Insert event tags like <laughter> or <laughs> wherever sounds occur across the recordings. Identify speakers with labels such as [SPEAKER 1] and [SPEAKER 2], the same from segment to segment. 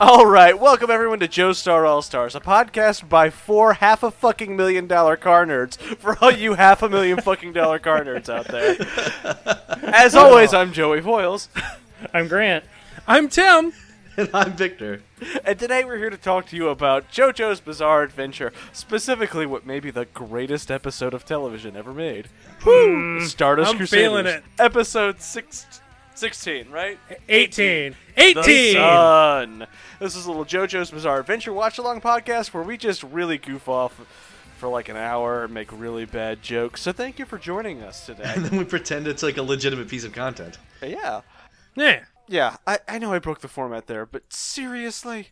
[SPEAKER 1] All right, welcome everyone to Joe Star All Stars, a podcast by four half a fucking million dollar car nerds for all you half a million fucking dollar car nerds out
[SPEAKER 2] <laughs>
[SPEAKER 1] there. As
[SPEAKER 2] Oh.
[SPEAKER 1] always, I'm Joey Foyles,
[SPEAKER 3] I'm Grant.
[SPEAKER 2] I'm Tim.
[SPEAKER 4] <laughs> And I'm Victor.
[SPEAKER 1] and today we're here to talk to you about JoJo's Bizarre Adventure, specifically what may be the greatest episode of television ever made. Woo! Stardust
[SPEAKER 2] Hmm. I'm
[SPEAKER 1] Crusaders,
[SPEAKER 2] feeling it.
[SPEAKER 1] episode six, 16, right?
[SPEAKER 2] 18.
[SPEAKER 1] The
[SPEAKER 2] 18.
[SPEAKER 1] Sun. This is a little JoJo's Bizarre Adventure watch along podcast where we just really goof off for like an hour and make really bad jokes. So thank you for joining us today.
[SPEAKER 3] <laughs>
[SPEAKER 4] And then we pretend it's like a legitimate piece of content. <laughs>
[SPEAKER 1] yeah.
[SPEAKER 2] yeah.
[SPEAKER 1] Yeah, I, I know I broke the format there, but seriously?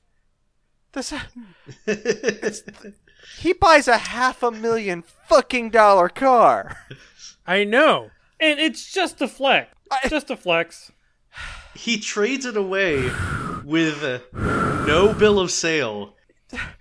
[SPEAKER 1] This he buys a half a million fucking dollar car.
[SPEAKER 3] <laughs>
[SPEAKER 2] I know.
[SPEAKER 3] And it's just a flex.
[SPEAKER 1] I-
[SPEAKER 3] Just a flex.
[SPEAKER 4] he trades it away with uh, no bill of sale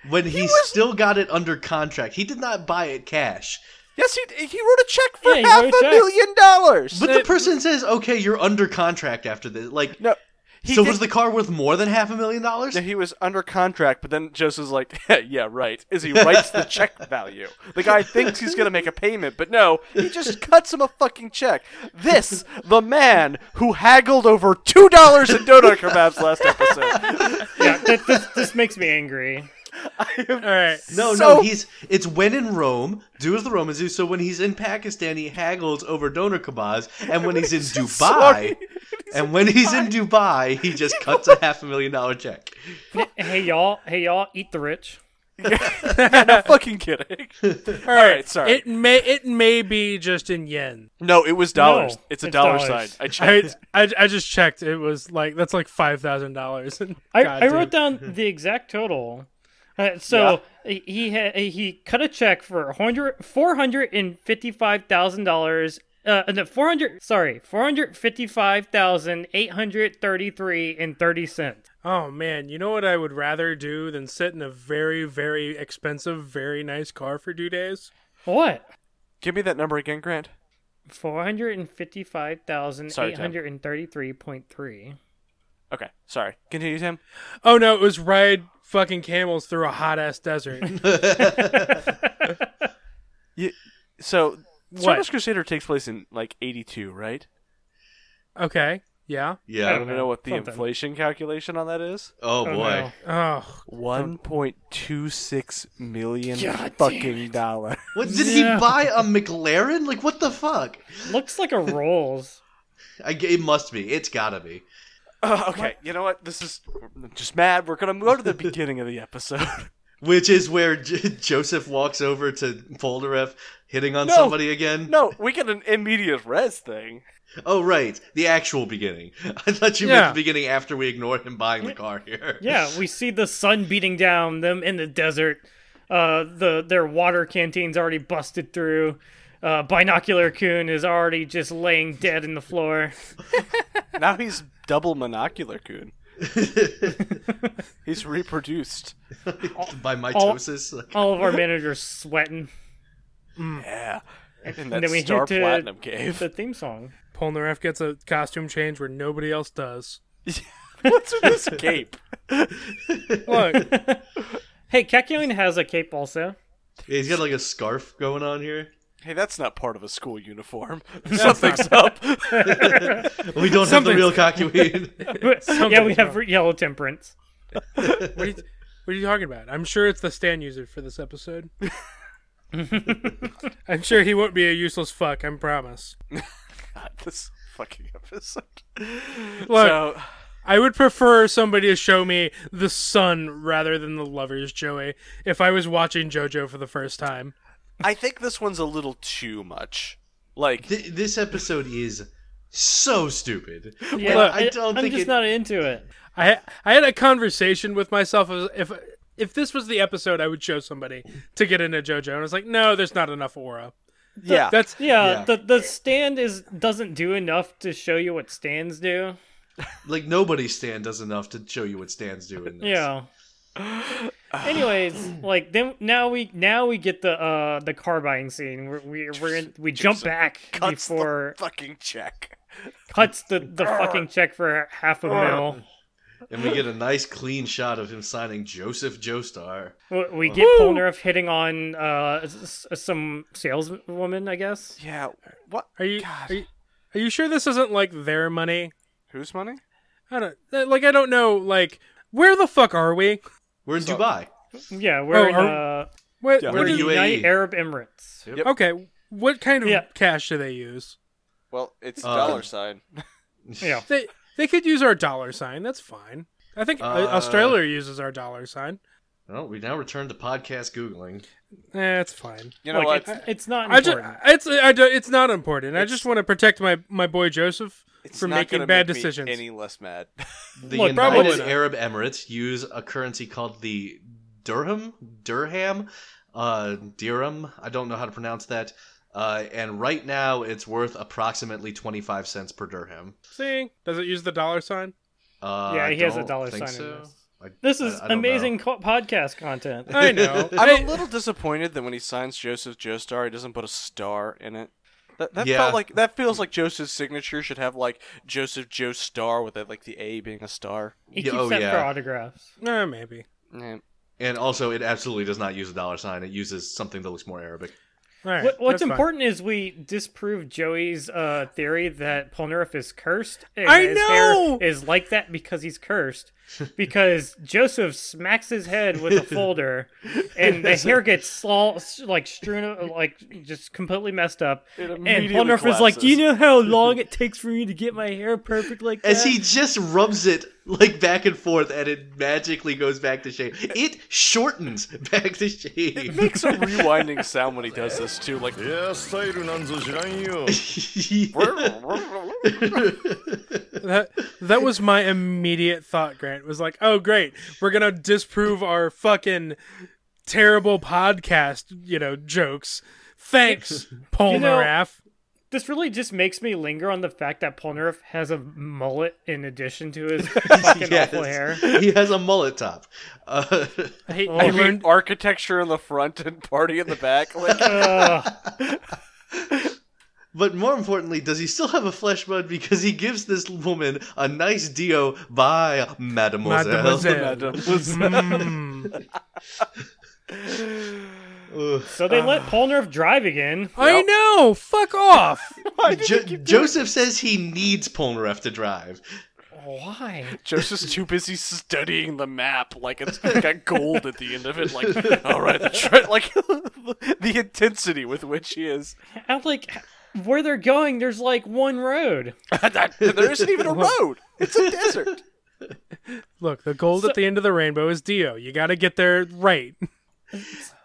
[SPEAKER 4] when he, still got it under contract. He did not buy it cash.
[SPEAKER 1] Yes, he he wrote a check for
[SPEAKER 3] Yeah, he
[SPEAKER 1] half
[SPEAKER 3] wrote
[SPEAKER 1] a
[SPEAKER 3] a check.
[SPEAKER 1] million dollars.
[SPEAKER 4] But the person says, "Okay, you're under contract after this." Like,
[SPEAKER 1] no, he
[SPEAKER 4] so
[SPEAKER 1] did-
[SPEAKER 4] was the car worth more than half a million dollars?
[SPEAKER 1] that he was under contract, but then Joseph's like, <laughs> yeah, right, is he writes the check value. The guy thinks he's going to make a payment, but no, he just cuts him a fucking check. This, the man who haggled over $2 in donut kebabs last episode.
[SPEAKER 3] Yeah, that, this, this makes me angry.
[SPEAKER 2] All right.
[SPEAKER 4] No,
[SPEAKER 1] So-
[SPEAKER 4] no, he's it's when in Rome, do as the Romans do. So when he's in Pakistan, he haggles over donor kebabs, and when he's in
[SPEAKER 1] <laughs> Sorry.
[SPEAKER 4] Dubai, and when he's in Dubai,
[SPEAKER 1] <laughs>
[SPEAKER 4] he just cuts a half a million dollar check. <laughs>
[SPEAKER 3] Hey y'all, hey y'all, eat the rich.
[SPEAKER 1] I'm not fucking kidding.
[SPEAKER 2] All right.
[SPEAKER 1] sorry.
[SPEAKER 2] It may it may be just in yen.
[SPEAKER 1] No, it was dollars.
[SPEAKER 3] No,
[SPEAKER 1] it's a
[SPEAKER 3] it's
[SPEAKER 1] dollar sign.
[SPEAKER 3] dollars.
[SPEAKER 1] I checked.
[SPEAKER 3] <laughs>
[SPEAKER 2] I, I, I just checked. It was like that's like five thousand dollars.
[SPEAKER 3] I, I wrote
[SPEAKER 2] <laughs>
[SPEAKER 3] down the exact total. Uh, so he he ha- he cut a check for four hundred and fifty five thousand dollars. Uh, no, four hundred. Sorry, four hundred fifty five thousand eight hundred thirty three and thirty cents.
[SPEAKER 2] Oh man, you know what I would rather do than sit in a very very expensive, very nice car for two days?
[SPEAKER 3] What?
[SPEAKER 1] Give me that number again, Grant.
[SPEAKER 3] Four hundred and fifty five thousand
[SPEAKER 1] Sorry,
[SPEAKER 3] eight
[SPEAKER 1] Tim.
[SPEAKER 3] hundred and thirty three point three.
[SPEAKER 1] Okay, sorry. Continue, Tim.
[SPEAKER 2] Oh no, it was ride fucking camels through a hot
[SPEAKER 3] <laughs>
[SPEAKER 2] ass desert.
[SPEAKER 1] So,
[SPEAKER 2] What?
[SPEAKER 1] Stardust Crusader takes place in like 82, right?
[SPEAKER 2] okay. Yeah.
[SPEAKER 1] I
[SPEAKER 4] Yeah.
[SPEAKER 1] don't know what the
[SPEAKER 3] Something.
[SPEAKER 1] inflation calculation on that is.
[SPEAKER 4] Oh boy.
[SPEAKER 2] Oh.
[SPEAKER 1] One point two six million
[SPEAKER 3] God
[SPEAKER 1] fucking dollars.
[SPEAKER 4] What did
[SPEAKER 2] Yeah.
[SPEAKER 4] he buy a McLaren? Like what the fuck?
[SPEAKER 3] Looks like a
[SPEAKER 4] <laughs>
[SPEAKER 3] Rolls.
[SPEAKER 4] I, g- it must be. It's gotta be.
[SPEAKER 1] <laughs> Uh, okay, you know what? This is I'm just mad. We're gonna go to the beginning of the episode. <laughs>
[SPEAKER 4] Which is where J- <laughs> Joseph walks over to Polnareff, hitting on
[SPEAKER 1] No.
[SPEAKER 4] somebody again.
[SPEAKER 1] no, we get an immediate res thing.
[SPEAKER 4] Oh right, the actual beginning. <laughs> I thought you
[SPEAKER 2] Yeah.
[SPEAKER 4] meant the beginning after we ignored him buying the car here.
[SPEAKER 3] Yeah, we see the sun beating down them in the desert. Uh, the their water canteen's already busted through. Uh, binocular coon is already just laying dead in the floor.
[SPEAKER 1] Now he's double monocular coon. he's reproduced.
[SPEAKER 4] by mitosis. like-
[SPEAKER 3] All
[SPEAKER 4] <laughs>
[SPEAKER 3] of our managers sweating.
[SPEAKER 1] Yeah, in
[SPEAKER 3] then
[SPEAKER 1] that
[SPEAKER 3] we
[SPEAKER 1] star
[SPEAKER 3] hit to-
[SPEAKER 1] platinum cave.
[SPEAKER 3] The theme song. <laughs>
[SPEAKER 2] Polnareff gets a costume change where nobody
[SPEAKER 3] <laughs>
[SPEAKER 2] else does.
[SPEAKER 1] What's with this cape?
[SPEAKER 2] Look,
[SPEAKER 3] Hey, Kekuling has a cape
[SPEAKER 4] <laughs>
[SPEAKER 3] also.
[SPEAKER 4] Yeah, he's got like a scarf going
[SPEAKER 3] <laughs>
[SPEAKER 4] on here.
[SPEAKER 1] Hey, that's not part of a school <laughs> uniform. Something's up. <laughs>
[SPEAKER 4] We don't have the
[SPEAKER 2] Something's-
[SPEAKER 3] <laughs>
[SPEAKER 4] real cockyween.
[SPEAKER 3] yeah, we have yellow temperance.
[SPEAKER 2] What are, you, what are you talking about? I'm sure it's the stand user for
[SPEAKER 3] <laughs>
[SPEAKER 2] this episode. <laughs> I'm sure he won't be a useless fuck, I promise.
[SPEAKER 1] God, this fucking episode.
[SPEAKER 2] Look.
[SPEAKER 1] So,
[SPEAKER 2] I would prefer somebody to show me the sun rather than the lovers, Joey, if I was watching JoJo for the first time.
[SPEAKER 1] I think this one's a little too much. Like,
[SPEAKER 4] Th- this episode is so stupid.
[SPEAKER 3] Yeah,
[SPEAKER 4] Like, I
[SPEAKER 3] I-
[SPEAKER 4] don't
[SPEAKER 3] I'm
[SPEAKER 4] think
[SPEAKER 3] just
[SPEAKER 4] it-
[SPEAKER 3] not into it.
[SPEAKER 2] I I had a conversation with myself as if if this was the episode I would show somebody to get into JoJo, and I was like, no, there's not enough aura.
[SPEAKER 1] yeah,
[SPEAKER 2] That's
[SPEAKER 3] Yeah,
[SPEAKER 4] Yeah.
[SPEAKER 3] the the stand is doesn't do enough to show you what stands do.
[SPEAKER 4] Like nobody stand does enough to show you what stands do in this.
[SPEAKER 3] Yeah. Anyways, like then now we now we get the uh the car buying scene. We're we, we're in, we jump back
[SPEAKER 1] cuts
[SPEAKER 3] before
[SPEAKER 1] the fucking check.
[SPEAKER 3] cuts the the fucking check for half a mil.
[SPEAKER 4] and we get a nice clean shot of him signing Joseph Joestar.
[SPEAKER 3] We- We get Polnareff hitting on uh, s- s- some saleswoman, I guess.
[SPEAKER 1] Yeah. What?
[SPEAKER 2] Are you,
[SPEAKER 1] God.
[SPEAKER 2] are you are you sure this isn't like their money?
[SPEAKER 1] Whose money?
[SPEAKER 2] I don't uh, like. I don't know. Like, where the fuck are we?
[SPEAKER 4] We're in Dubai.
[SPEAKER 3] Yeah, we're
[SPEAKER 2] Oh,
[SPEAKER 3] in
[SPEAKER 2] are-
[SPEAKER 3] uh,
[SPEAKER 2] What?
[SPEAKER 1] Yeah.
[SPEAKER 2] what
[SPEAKER 3] we're in
[SPEAKER 2] is-
[SPEAKER 4] you- UAE.
[SPEAKER 3] United Arab Emirates.
[SPEAKER 4] Yep.
[SPEAKER 2] okay. What kind of
[SPEAKER 3] Yeah.
[SPEAKER 2] cash do they use?
[SPEAKER 1] Well, it's
[SPEAKER 4] Uh,
[SPEAKER 1] dollar sign.
[SPEAKER 4] <laughs>
[SPEAKER 3] Yeah.
[SPEAKER 2] They they could use our dollar sign. That's fine. I think uh,
[SPEAKER 4] Uh,
[SPEAKER 2] Australia uses our dollar sign.
[SPEAKER 4] Well, Oh, we now return to podcast googling.
[SPEAKER 2] Eh, it's fine.
[SPEAKER 1] You know
[SPEAKER 3] Look,
[SPEAKER 1] what?
[SPEAKER 3] It's, it's not
[SPEAKER 2] I just
[SPEAKER 3] important.
[SPEAKER 2] it's I do, it's not important. I
[SPEAKER 1] It's-
[SPEAKER 2] just want to protect my my boy Joseph
[SPEAKER 1] It's
[SPEAKER 2] from
[SPEAKER 1] not
[SPEAKER 2] making
[SPEAKER 1] gonna
[SPEAKER 2] bad
[SPEAKER 1] make me
[SPEAKER 2] decisions.
[SPEAKER 1] any less <laughs> mad.
[SPEAKER 4] The
[SPEAKER 3] Look,
[SPEAKER 2] probably
[SPEAKER 4] United
[SPEAKER 2] not.
[SPEAKER 4] Arab Emirates use a currency called the dirham, dirham, uh, dirham. I don't know how to pronounce that. Uh, and right now, it's worth approximately twenty-five cents per dirham.
[SPEAKER 2] See, does it use the
[SPEAKER 1] <laughs>
[SPEAKER 2] dollar sign?
[SPEAKER 4] Uh,
[SPEAKER 3] yeah,
[SPEAKER 4] I
[SPEAKER 3] he has a
[SPEAKER 4] don't
[SPEAKER 3] dollar sign.
[SPEAKER 4] think
[SPEAKER 3] in
[SPEAKER 4] so.
[SPEAKER 3] this.
[SPEAKER 4] I-
[SPEAKER 3] This is
[SPEAKER 4] I- I don't
[SPEAKER 3] amazing co- podcast content.
[SPEAKER 2] I know.
[SPEAKER 1] I'm
[SPEAKER 2] Hey,
[SPEAKER 1] a little disappointed that when he signs Joseph Joestar, he doesn't put a star in it. That, that
[SPEAKER 4] Yeah.
[SPEAKER 1] felt like that feels like Joseph's signature should have like Joseph Joestar with it, like the A being a star.
[SPEAKER 3] He
[SPEAKER 4] Yeah,
[SPEAKER 3] keeps
[SPEAKER 4] oh,
[SPEAKER 3] that for
[SPEAKER 4] yeah.
[SPEAKER 3] autographs.
[SPEAKER 2] eh, maybe.
[SPEAKER 1] Yeah. <laughs>
[SPEAKER 4] And also, it absolutely does not use a dollar sign. It uses something that looks more Arabic.
[SPEAKER 2] All right,
[SPEAKER 3] What, what's
[SPEAKER 2] that's fine.
[SPEAKER 3] important is we disprove Joey's uh, theory that Polnareff is cursed. And
[SPEAKER 2] I
[SPEAKER 3] his
[SPEAKER 2] know!
[SPEAKER 3] hair is like that because he's cursed. Because Joseph smacks his head with a folder, and the hair gets all like strewn, like just completely messed up.
[SPEAKER 1] It
[SPEAKER 3] And
[SPEAKER 1] immediately
[SPEAKER 3] Polnareff is like,
[SPEAKER 1] collapses.
[SPEAKER 3] "Do you know
[SPEAKER 1] <laughs>
[SPEAKER 3] how long it takes for me to get my hair perfect like that?"
[SPEAKER 4] As he just rubs it like back and forth, and it magically goes back to shade. It shortens <laughs> back to shade.
[SPEAKER 1] makes a rewinding sound when he does this too.
[SPEAKER 4] <laughs>
[SPEAKER 1] Like,
[SPEAKER 5] エアスタイルなんぞ知らんよ
[SPEAKER 2] That that was my immediate thought. Grant was like, "Oh, great, we're gonna disprove our fucking terrible podcast, you know, jokes." Thanks,
[SPEAKER 3] You know-
[SPEAKER 2] Polnareff.
[SPEAKER 3] this really just makes me linger on the fact that Polnareff has a mullet in addition to his fucking
[SPEAKER 4] <laughs> Yes.
[SPEAKER 3] awful hair.
[SPEAKER 4] He has a mullet top. Uh, <laughs>
[SPEAKER 2] I,
[SPEAKER 3] Oh.
[SPEAKER 2] I
[SPEAKER 3] I mean-
[SPEAKER 2] learned.
[SPEAKER 1] architecture in the front and party in the back. Like,
[SPEAKER 3] Ugh.
[SPEAKER 4] but more importantly, does he still have a flesh bud? Because he gives this woman a nice Dio by Mademoiselle.
[SPEAKER 1] <laughs>
[SPEAKER 2] Mademoiselle. Mm.
[SPEAKER 4] Ugh.
[SPEAKER 3] So they let Polnareff drive again.
[SPEAKER 2] I know. Fuck off.
[SPEAKER 4] Jo- Joseph says he needs Polnareff to drive.
[SPEAKER 3] Why?
[SPEAKER 1] Joseph's too busy studying the map. Like it's got gold at the end of it. Like, all right, <laughs> the tre- like the intensity with which he is.
[SPEAKER 3] I'm like, where they're going, there's like one road.
[SPEAKER 1] That- there
[SPEAKER 3] <laughs>
[SPEAKER 1] isn't even a
[SPEAKER 3] Uh-huh.
[SPEAKER 1] road. It's a desert.
[SPEAKER 2] Look, the gold at the end of the rainbow is Dio. You got to get there right.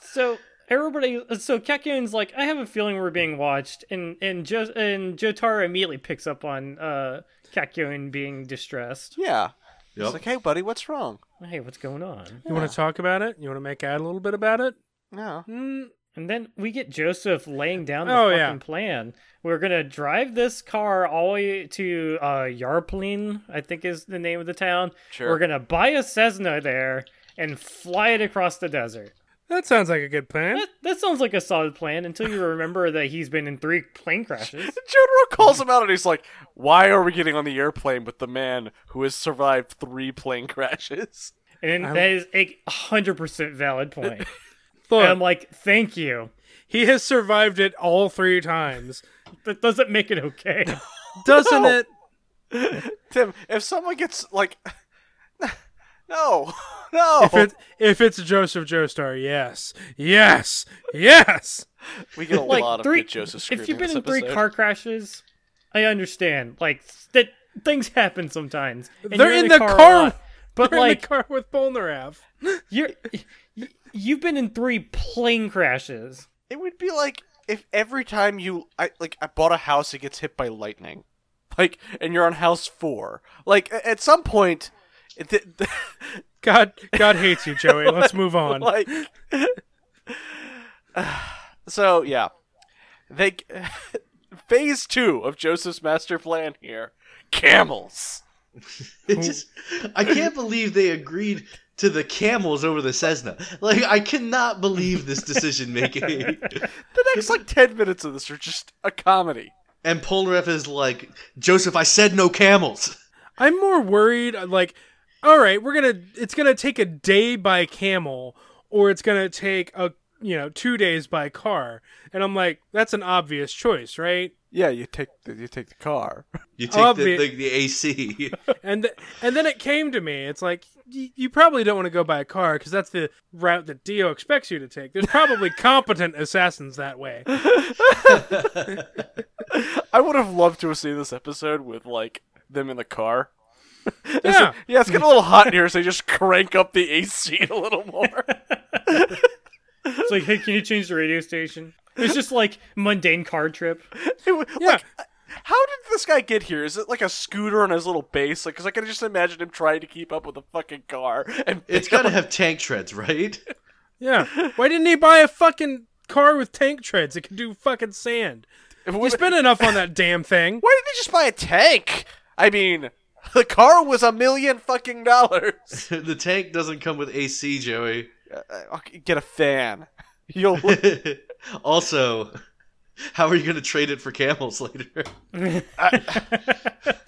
[SPEAKER 3] So everybody, so Kekun's like, I have a feeling we're being watched, and and jo- and Jotaro immediately picks up on uh Kekun being distressed.
[SPEAKER 1] Yeah.
[SPEAKER 4] Yep.
[SPEAKER 1] It's like, hey, buddy, what's wrong?
[SPEAKER 3] Hey, what's going on?
[SPEAKER 2] You want to talk about it? You want to make out a little bit about it?
[SPEAKER 1] No.
[SPEAKER 3] Hmm.
[SPEAKER 2] Mm,
[SPEAKER 3] And then we get Joseph laying down the
[SPEAKER 2] Oh,
[SPEAKER 3] fucking
[SPEAKER 2] yeah.
[SPEAKER 3] plan. We're gonna drive this car all the way to uh, Yarplin, I think is the name of the town.
[SPEAKER 1] Sure.
[SPEAKER 3] We're gonna buy a Cessna there and fly it across the desert.
[SPEAKER 2] that sounds like a good plan.
[SPEAKER 3] That, that sounds like a solid plan until you remember that he's been in three plane crashes.
[SPEAKER 1] Jotaro calls him out and he's like, why are we getting on the airplane with the man who has survived three plane crashes? <laughs>
[SPEAKER 3] And that is a 100% valid point.
[SPEAKER 2] Look,
[SPEAKER 3] And I'm like, thank you.
[SPEAKER 2] he has survived it all three times.
[SPEAKER 3] That doesn't make it okay.
[SPEAKER 2] Doesn't it?
[SPEAKER 1] Tim, if someone gets, like, <laughs> no, <laughs> no.
[SPEAKER 2] If,
[SPEAKER 3] <laughs>
[SPEAKER 2] it, if it's Joseph Joestar, yes. Yes. Yes.
[SPEAKER 1] we get a
[SPEAKER 3] like
[SPEAKER 1] lot of
[SPEAKER 3] three,
[SPEAKER 1] good Joseph
[SPEAKER 3] if
[SPEAKER 1] scrutiny
[SPEAKER 3] you've been
[SPEAKER 1] this
[SPEAKER 3] in three
[SPEAKER 1] episode.
[SPEAKER 3] car crashes, I understand. Like that, things happen sometimes. and
[SPEAKER 2] They're
[SPEAKER 3] you're
[SPEAKER 2] in the
[SPEAKER 3] a
[SPEAKER 2] car-
[SPEAKER 3] lot. but
[SPEAKER 2] We're in
[SPEAKER 3] like
[SPEAKER 2] the car with
[SPEAKER 3] <laughs>
[SPEAKER 2] Polnareff.
[SPEAKER 3] you're, y- you've been in three plane crashes.
[SPEAKER 1] It would be like if every time you, I, like, I bought a house, it gets hit by lightning. Like, and you're on house four. Like, a- at some point, it, th- <laughs>
[SPEAKER 2] God, God hates you,
[SPEAKER 3] <laughs>
[SPEAKER 2] Joey. Let's move on.
[SPEAKER 1] like <sighs> so yeah they <laughs> phase two of joseph's master plan here camels
[SPEAKER 4] <laughs> It just, I can't believe they agreed to the camels over the Cessna. Like, I cannot believe this decision making.
[SPEAKER 1] the next like 10 minutes of this are just a comedy
[SPEAKER 4] and Polnareff is like, Joseph, I said no camels.
[SPEAKER 2] I'm more worried. Like, all right, we're gonna it's gonna take a day by camel, or it's gonna take a you know two days by car, and I'm like, that's an obvious choice, right?
[SPEAKER 1] Yeah, you take the, you take the car.
[SPEAKER 4] You take the,
[SPEAKER 2] Obvi-
[SPEAKER 4] the, the AC.
[SPEAKER 2] And th- and then it came to me, it's like y- you probably don't want to go by a car because that's the route that Dio expects you to take. There's
[SPEAKER 1] <laughs>
[SPEAKER 2] probably competent assassins that way.
[SPEAKER 1] <laughs> I would have loved to have seen this episode with like them in the car. It's
[SPEAKER 2] Yeah.
[SPEAKER 1] like, yeah, it's getting a little hot in here, so you just crank up the AC a little <laughs> more.
[SPEAKER 3] It's like, hey, can you change the radio station? It's just like mundane car trip.
[SPEAKER 1] It would-
[SPEAKER 2] Yeah.
[SPEAKER 1] Like, how did this guy get here? Is it like a scooter on his little base? Like, cause I can just imagine him trying to keep up with a fucking car. And
[SPEAKER 4] It's got to have tank treads, right?
[SPEAKER 2] Yeah. Why didn't he buy a fucking car with tank treads? It could do fucking sand.
[SPEAKER 1] why <laughs>
[SPEAKER 2] You spent enough on that damn thing.
[SPEAKER 1] why didn't he just buy a tank? I mean, the car was a million fucking dollars.
[SPEAKER 4] <laughs> the tank doesn't come with AC, Joey.
[SPEAKER 1] <laughs>
[SPEAKER 4] <laughs>
[SPEAKER 1] Uh, uh, okay, Get a fan. You'll
[SPEAKER 4] also, how are you going to trade it for camels later?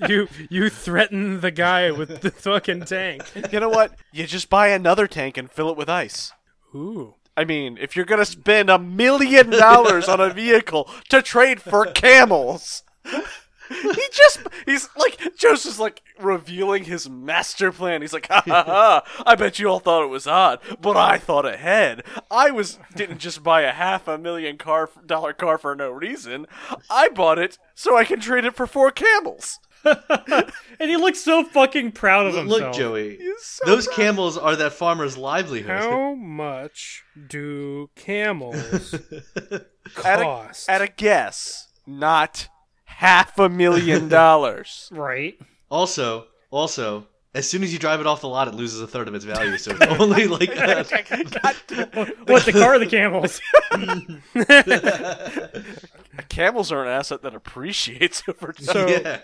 [SPEAKER 2] You you threaten the guy with the fucking
[SPEAKER 1] <laughs>
[SPEAKER 2] tank.
[SPEAKER 1] you know what? You just buy another tank and fill it with ice.
[SPEAKER 2] Ooh.
[SPEAKER 1] I mean, if you're gonna spend a million dollars on a vehicle to trade for camels, he just—he's like Joseph's like revealing his master plan. He's like, ha ha ha! I bet you all thought it was odd, but I thought ahead. I was didn't just buy a half a million car dollar car for no reason. I bought it so I can trade it for four camels.
[SPEAKER 3] And he looks so fucking proud of himself.
[SPEAKER 4] <laughs> Look, Joey,
[SPEAKER 1] so
[SPEAKER 4] those camels are that farmer's livelihood.
[SPEAKER 2] How much do camels
[SPEAKER 1] <laughs> At a,
[SPEAKER 2] cost?
[SPEAKER 1] at a guess, not half a million dollars.
[SPEAKER 3] Right?
[SPEAKER 4] Also, also, as soon as you drive it off the lot, it loses a third of its value. So <laughs> it's only like that.
[SPEAKER 3] What, the car or the
[SPEAKER 4] <laughs>
[SPEAKER 3] camels?
[SPEAKER 1] Camels are an asset that appreciates over time.
[SPEAKER 2] so
[SPEAKER 4] Yeah.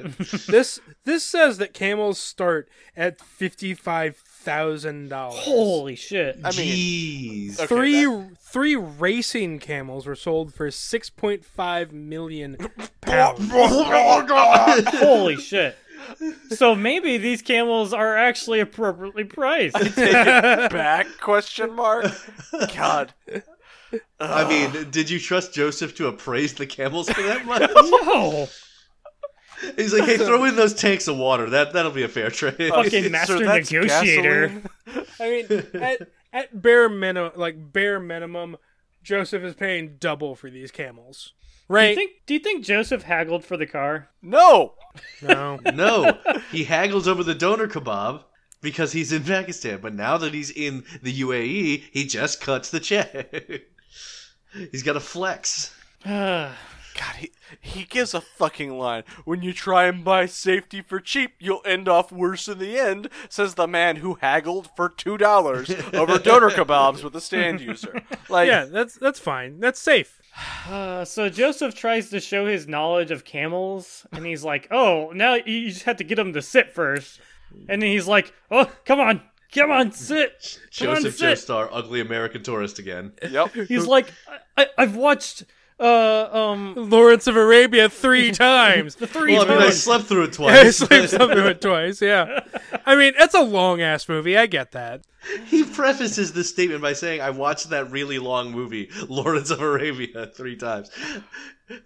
[SPEAKER 2] this this says that camels start at fifty five thousand dollars.
[SPEAKER 3] Holy shit.
[SPEAKER 1] I mean,
[SPEAKER 4] Jeez.
[SPEAKER 1] okay,
[SPEAKER 2] Three three racing camels were sold for six point five million pounds.
[SPEAKER 4] <laughs> Oh,
[SPEAKER 3] Holy shit. So maybe these camels are actually appropriately priced. <laughs>
[SPEAKER 1] that- back question
[SPEAKER 4] <laughs>
[SPEAKER 1] mark. God,
[SPEAKER 4] I mean, did you trust Joseph to appraise the camels for <laughs> that much?
[SPEAKER 3] no.
[SPEAKER 4] He's like, hey, throw in those tanks of water. That that'll be a fair trade.
[SPEAKER 3] Fucking
[SPEAKER 1] So
[SPEAKER 3] master
[SPEAKER 1] that's
[SPEAKER 3] negotiator.
[SPEAKER 1] gasoline?
[SPEAKER 2] I
[SPEAKER 3] <laughs>
[SPEAKER 2] mean, at at bare minimum, like bare minimum, Joseph is paying double for these camels,
[SPEAKER 3] Do you
[SPEAKER 2] right?
[SPEAKER 3] think do you think Joseph haggled for the car? <sighs>
[SPEAKER 1] No,
[SPEAKER 3] <laughs>
[SPEAKER 2] no,
[SPEAKER 4] no, he haggles over the donor kebab because he's in Pakistan. But now that he's in the UAE, he just cuts the check. <laughs> he's got a flex.
[SPEAKER 3] Uh,
[SPEAKER 1] God, he, he gives a fucking line. When you try and buy safety for cheap, you'll end off worse in the end. Says the man who haggled for two dollars
[SPEAKER 4] <laughs>
[SPEAKER 1] over donor kebabs with a stand user. Like,
[SPEAKER 2] yeah, that's that's fine, that's safe.
[SPEAKER 3] Uh, so Joseph tries to show his knowledge of camels, and he's like, "Oh, now you just have to get him to sit first. And then he's like, "Oh, come on, come on, sit, come on,
[SPEAKER 4] Joseph
[SPEAKER 3] sit."
[SPEAKER 4] Joestar, ugly American tourist again.
[SPEAKER 1] yep.
[SPEAKER 3] He's like, I- I- "I've watched, uh, um,
[SPEAKER 2] Lawrence of Arabia three
[SPEAKER 3] <laughs>
[SPEAKER 2] times. <laughs>
[SPEAKER 3] the three
[SPEAKER 4] Well, I mean, I
[SPEAKER 3] times."
[SPEAKER 4] slept through it
[SPEAKER 2] I
[SPEAKER 4] twice.
[SPEAKER 2] sleep something with twice. Yeah, I mean, it's a long ass movie. I get that.
[SPEAKER 4] He prefaces this statement by saying, "I watched that really long movie, Lawrence of Arabia, <laughs> three times."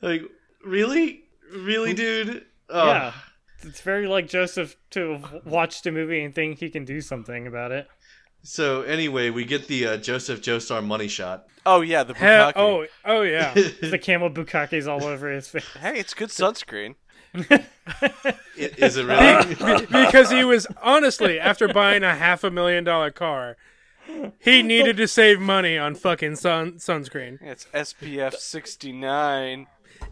[SPEAKER 4] Like, really, really, dude.
[SPEAKER 2] Uh,
[SPEAKER 4] Oh,
[SPEAKER 3] Yeah, it's very like Joseph to have watched a movie and think he can do something about it.
[SPEAKER 4] So anyway, we get the uh, Joseph Joestar money shot.
[SPEAKER 1] Oh yeah, the
[SPEAKER 2] He-
[SPEAKER 1] bukkake.
[SPEAKER 2] oh, oh yeah. <laughs>
[SPEAKER 3] The camel bukkakes all over his face.
[SPEAKER 1] hey, it's good sunscreen.
[SPEAKER 4] I- Is it <laughs> really?
[SPEAKER 2] Be- because he was honestly after buying a half a million dollar car, he needed to save money on fucking sun sunscreen.
[SPEAKER 1] It's SPF 69.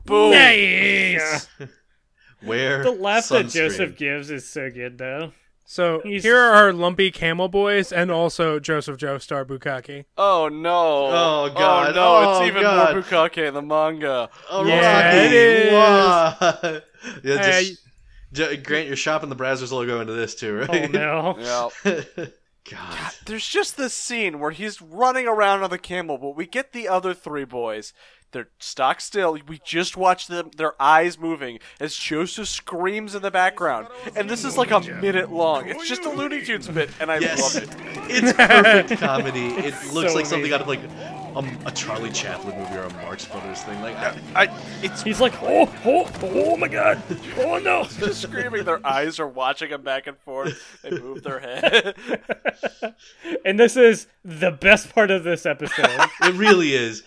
[SPEAKER 1] Boom.
[SPEAKER 2] Nice.
[SPEAKER 4] Where
[SPEAKER 3] The laugh that Joseph gives is so good,
[SPEAKER 2] <laughs>
[SPEAKER 3] though.
[SPEAKER 2] So
[SPEAKER 3] He's-
[SPEAKER 2] here are our lumpy camel boys and also Joseph Joestar Bukaki.
[SPEAKER 1] Oh no!
[SPEAKER 4] Oh, God.
[SPEAKER 1] Oh no!
[SPEAKER 4] Oh,
[SPEAKER 1] it's even
[SPEAKER 4] God.
[SPEAKER 1] more bukkake in the manga.
[SPEAKER 4] Oh,
[SPEAKER 2] Yeah,
[SPEAKER 4] Rocky.
[SPEAKER 2] it is.
[SPEAKER 4] Wah. <laughs> yeah,
[SPEAKER 2] Hey.
[SPEAKER 4] just, J- Grant, you're shopping the Brazzers logo into this too,
[SPEAKER 3] Oh
[SPEAKER 4] right?
[SPEAKER 3] no!
[SPEAKER 1] Yeah.
[SPEAKER 4] <laughs> God.
[SPEAKER 1] <laughs> There's just this scene where he's running around on the camel, but we get the other three boys. They're stock still. We just watch them, their eyes moving as Joseph screams in the background. And this is like a minute long. It's just a Looney Tunes bit, and I
[SPEAKER 4] Yes,
[SPEAKER 1] love it.
[SPEAKER 4] it's perfect comedy. It looks
[SPEAKER 3] so
[SPEAKER 4] like something out of like um, a Charlie Chaplin movie or a Marx Brothers thing. Like, I,
[SPEAKER 1] I, it's
[SPEAKER 3] He's like, oh, oh, oh my god, oh no.
[SPEAKER 1] just screaming. Their eyes are watching him back and forth. They move their head. <laughs>
[SPEAKER 3] And this is the best part of this
[SPEAKER 2] <laughs>
[SPEAKER 3] episode.
[SPEAKER 4] it really is.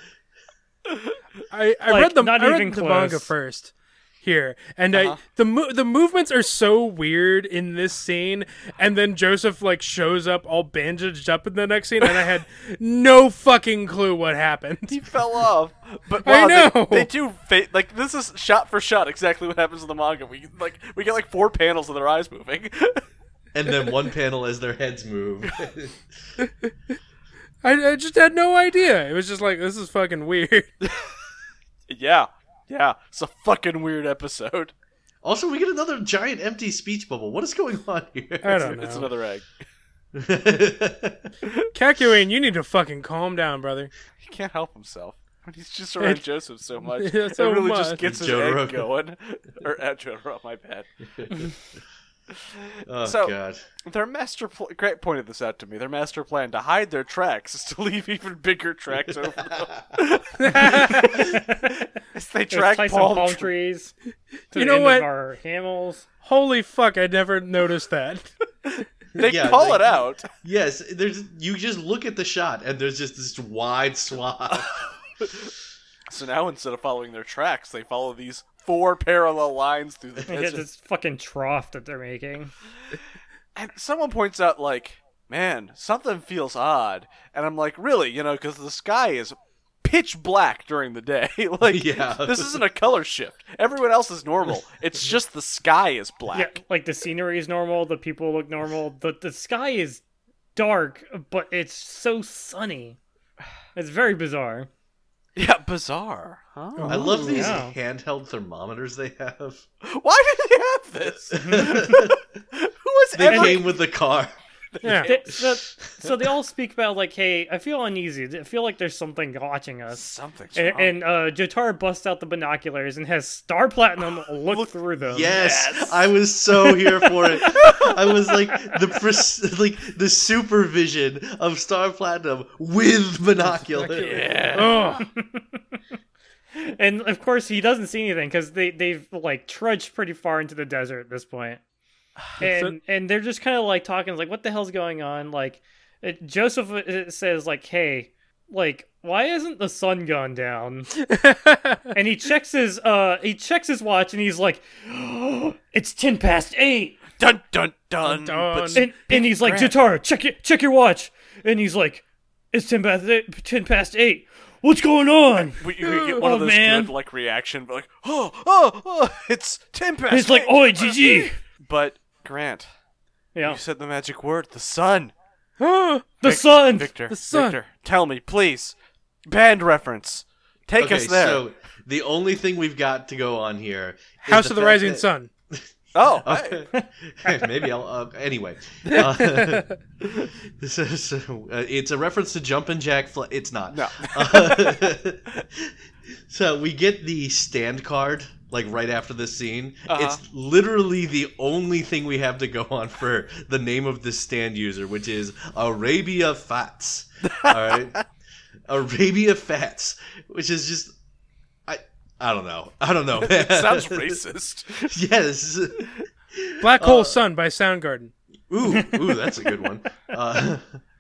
[SPEAKER 2] I, I
[SPEAKER 3] Like,
[SPEAKER 2] read the
[SPEAKER 3] not
[SPEAKER 2] I read
[SPEAKER 3] even
[SPEAKER 2] the manga
[SPEAKER 3] close.
[SPEAKER 2] first here, and I the mo- the movements are so weird in this scene, and then Joseph like shows up all bandaged up in the next scene, and I had no fucking clue what happened.
[SPEAKER 1] he fell off. But
[SPEAKER 2] I
[SPEAKER 1] wow, they-
[SPEAKER 2] know.
[SPEAKER 1] They, do fa- like this is shot for shot exactly what happens in the manga. We like we get like four panels of their eyes moving. <laughs>
[SPEAKER 4] And then one panel as their heads move. <laughs>
[SPEAKER 2] I, I just had no idea. It was just like this is fucking weird. <laughs>
[SPEAKER 1] yeah, yeah, it's a fucking weird episode.
[SPEAKER 4] also, we get another giant empty speech bubble. What is going on
[SPEAKER 2] I
[SPEAKER 4] here?
[SPEAKER 2] don't
[SPEAKER 1] <laughs>
[SPEAKER 2] know.
[SPEAKER 1] It's another egg.
[SPEAKER 2] Kakyoin, you need to fucking calm down, brother.
[SPEAKER 1] He can't help himself. I mean, He's just around
[SPEAKER 2] It-
[SPEAKER 1] Joseph
[SPEAKER 2] <laughs>
[SPEAKER 1] so much.
[SPEAKER 2] Yeah, so
[SPEAKER 1] it really
[SPEAKER 2] much.
[SPEAKER 1] just gets his
[SPEAKER 4] Jotaro.
[SPEAKER 1] egg going. <laughs> or at Jotaro, my bad.
[SPEAKER 4] <laughs> oh
[SPEAKER 1] So-
[SPEAKER 4] God.
[SPEAKER 1] Their master pl- Grant pointed this out to me. Their master plan to hide their tracks is to leave even bigger tracks over
[SPEAKER 2] <laughs>
[SPEAKER 1] them. As they
[SPEAKER 3] Let's
[SPEAKER 1] track
[SPEAKER 3] tie some
[SPEAKER 1] palm,
[SPEAKER 3] palm
[SPEAKER 1] tre-
[SPEAKER 3] trees to the
[SPEAKER 2] You know
[SPEAKER 3] end
[SPEAKER 2] what?
[SPEAKER 3] of our camels.
[SPEAKER 2] Holy fuck, I never noticed that.
[SPEAKER 1] <laughs> They
[SPEAKER 4] Yeah,
[SPEAKER 1] call
[SPEAKER 4] like-
[SPEAKER 1] it out.
[SPEAKER 4] Yes, there's. You just look at the shot, and there's just this wide swath.
[SPEAKER 1] So now instead of following their tracks, they follow these four parallel lines through
[SPEAKER 2] <laughs>
[SPEAKER 1] the
[SPEAKER 3] They hit
[SPEAKER 1] desert.
[SPEAKER 3] this fucking trough that they're making.
[SPEAKER 1] And someone points out, like, man, something feels odd. And I'm like, really? You know, because the sky is pitch black during the day. <laughs> like,
[SPEAKER 4] <laughs> Yeah.
[SPEAKER 1] this isn't a color shift. Everyone else is normal.
[SPEAKER 4] <laughs>
[SPEAKER 1] It's just the sky is
[SPEAKER 3] Yeah,
[SPEAKER 1] black.
[SPEAKER 3] like the scenery is normal, the people look normal, the the sky is dark, but it's so sunny. It's very bizarre.
[SPEAKER 1] Yeah, bizarre. Huh?
[SPEAKER 4] I love these
[SPEAKER 3] yeah.
[SPEAKER 4] handheld thermometers they have.
[SPEAKER 1] Why did they have
[SPEAKER 4] <laughs>
[SPEAKER 1] this? Who was
[SPEAKER 4] They
[SPEAKER 1] ever?
[SPEAKER 4] came with the car.
[SPEAKER 2] Yeah.
[SPEAKER 3] They- so, so they all speak about like, hey, I feel uneasy. I feel like there's something watching us.
[SPEAKER 1] <laughs> Something's
[SPEAKER 3] And,
[SPEAKER 1] wrong.
[SPEAKER 3] and uh, Jotaro busts out the binoculars and has Star Platinum look, through them.
[SPEAKER 4] Yes, I was so here for it. I was like the pres- like the supervision of Star Platinum with binoculars.
[SPEAKER 1] yeah.
[SPEAKER 2] Oh, <laughs>
[SPEAKER 3] And of course, he doesn't see anything because they they've like trudged pretty far into the desert at this point, and and they're just kind of like talking like, "What the hell's going on?" Like, uh, Joseph uh, says like, "Hey, like, why isn't the sun gone down?" and he checks his uh he checks his watch and he's like, <gasps> "It's ten past eight.
[SPEAKER 1] Dun dun dun.
[SPEAKER 2] Dun,
[SPEAKER 1] But
[SPEAKER 2] dun.
[SPEAKER 3] and and he's like,
[SPEAKER 2] crap.
[SPEAKER 3] "Jotaro, check it, check your watch." And he's like, "It's ten past eight, ten past eight. What's going on?"
[SPEAKER 1] we, we
[SPEAKER 3] <laughs>
[SPEAKER 1] get one
[SPEAKER 3] Oh,
[SPEAKER 1] of those
[SPEAKER 3] man.
[SPEAKER 1] good like reaction, but like, oh, oh, oh, it's ten past.
[SPEAKER 3] He's like, "Oh,
[SPEAKER 1] eight.
[SPEAKER 3] "Oi, GG."
[SPEAKER 1] But Grant,
[SPEAKER 3] Yeah,
[SPEAKER 1] you said the magic word, the sun.
[SPEAKER 2] oh,
[SPEAKER 3] the sun.
[SPEAKER 1] Victor,
[SPEAKER 2] The sun.
[SPEAKER 1] Victor, tell me, please. Band reference. Take
[SPEAKER 4] Okay,
[SPEAKER 1] us there.
[SPEAKER 4] so the only thing we've got to go on here is
[SPEAKER 2] House of the
[SPEAKER 4] fact
[SPEAKER 2] Rising
[SPEAKER 4] that-
[SPEAKER 2] Sun.
[SPEAKER 4] <laughs>
[SPEAKER 1] oh, hey.
[SPEAKER 4] Maybe I'll. Uh, anyway, uh, <laughs> this is, uh, it's a reference to Jumpin' Jack. Fl- it's not.
[SPEAKER 1] No.
[SPEAKER 4] Uh, <laughs> so we get the stand card like right after this scene.
[SPEAKER 1] Uh-huh.
[SPEAKER 4] It's literally the only thing we have to go on for the name of this stand user, which is Arabia Fats. All right,
[SPEAKER 1] <laughs>
[SPEAKER 4] Arabia Fats, which is just. I I don't know. I don't know.
[SPEAKER 1] sounds
[SPEAKER 4] <laughs>
[SPEAKER 1] racist.
[SPEAKER 4] yes.
[SPEAKER 2] Black
[SPEAKER 1] Uh,
[SPEAKER 2] Hole Sun by Soundgarden.
[SPEAKER 4] Ooh, ooh, that's a
[SPEAKER 3] <laughs>
[SPEAKER 4] good one. Uh,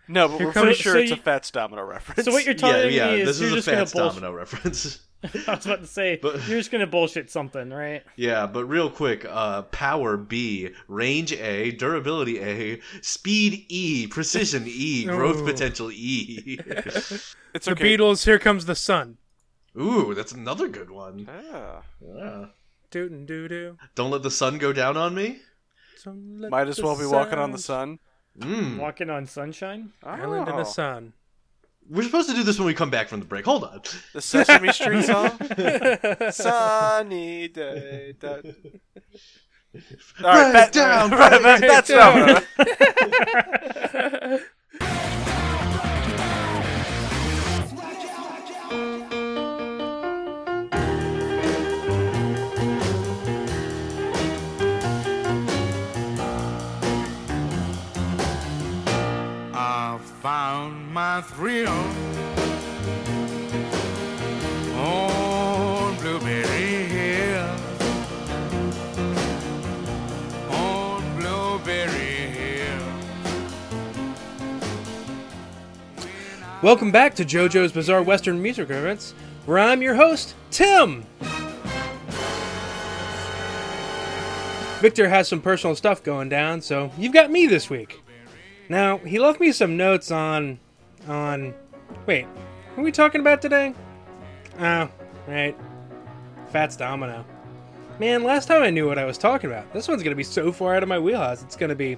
[SPEAKER 1] No, but we're
[SPEAKER 2] comes-
[SPEAKER 1] pretty sure
[SPEAKER 3] so
[SPEAKER 1] it's
[SPEAKER 3] you-
[SPEAKER 1] a Fats Domino reference.
[SPEAKER 3] So what you're
[SPEAKER 4] <laughs> yeah,
[SPEAKER 3] telling
[SPEAKER 4] yeah,
[SPEAKER 3] me
[SPEAKER 4] this
[SPEAKER 3] is
[SPEAKER 4] is
[SPEAKER 3] you're
[SPEAKER 4] a
[SPEAKER 3] just gonna
[SPEAKER 4] Fats
[SPEAKER 3] bullshit.
[SPEAKER 4] Domino reference.
[SPEAKER 3] <laughs>
[SPEAKER 4] <laughs>
[SPEAKER 3] I was about to say
[SPEAKER 4] But-
[SPEAKER 3] you're just gonna bullshit something, right?
[SPEAKER 4] Yeah, but real quick, uh, power B, range A, durability A, speed E, precision E, growth
[SPEAKER 2] Ooh.
[SPEAKER 3] <laughs>
[SPEAKER 4] potential E.
[SPEAKER 1] it's
[SPEAKER 2] The
[SPEAKER 1] okay.
[SPEAKER 2] Beatles. Here comes the sun.
[SPEAKER 4] Ooh, that's another good one.
[SPEAKER 1] Yeah.
[SPEAKER 4] Yeah.
[SPEAKER 2] Dootin' doo doo.
[SPEAKER 4] Don't let the sun go down on me.
[SPEAKER 2] Sun let
[SPEAKER 1] Might as
[SPEAKER 2] the
[SPEAKER 1] well be walking on the sun.
[SPEAKER 4] Mm.
[SPEAKER 3] Walking on sunshine.
[SPEAKER 2] Island in the
[SPEAKER 1] Oh.
[SPEAKER 2] sun.
[SPEAKER 4] We're supposed to do this when we come back from the break. Hold on. <laughs>
[SPEAKER 1] The Sesame Street song. Sunny day. da- All right,
[SPEAKER 4] Right
[SPEAKER 1] that, <laughs>
[SPEAKER 4] down,
[SPEAKER 1] right, that, that's not.
[SPEAKER 6] found my thrill on Blueberry Hill. On Blueberry Hill.
[SPEAKER 2] Welcome back to JoJo's Bizarre Western Music Events, where I'm your host, Tim. Victor has some personal stuff going down, so you've got me this week. Now, he left me some notes on. on. Wait, what are we talking about today? Oh, right. Fats Domino. Man, last time I knew what I was talking about. This one's gonna be so far out of my wheelhouse, it's gonna be.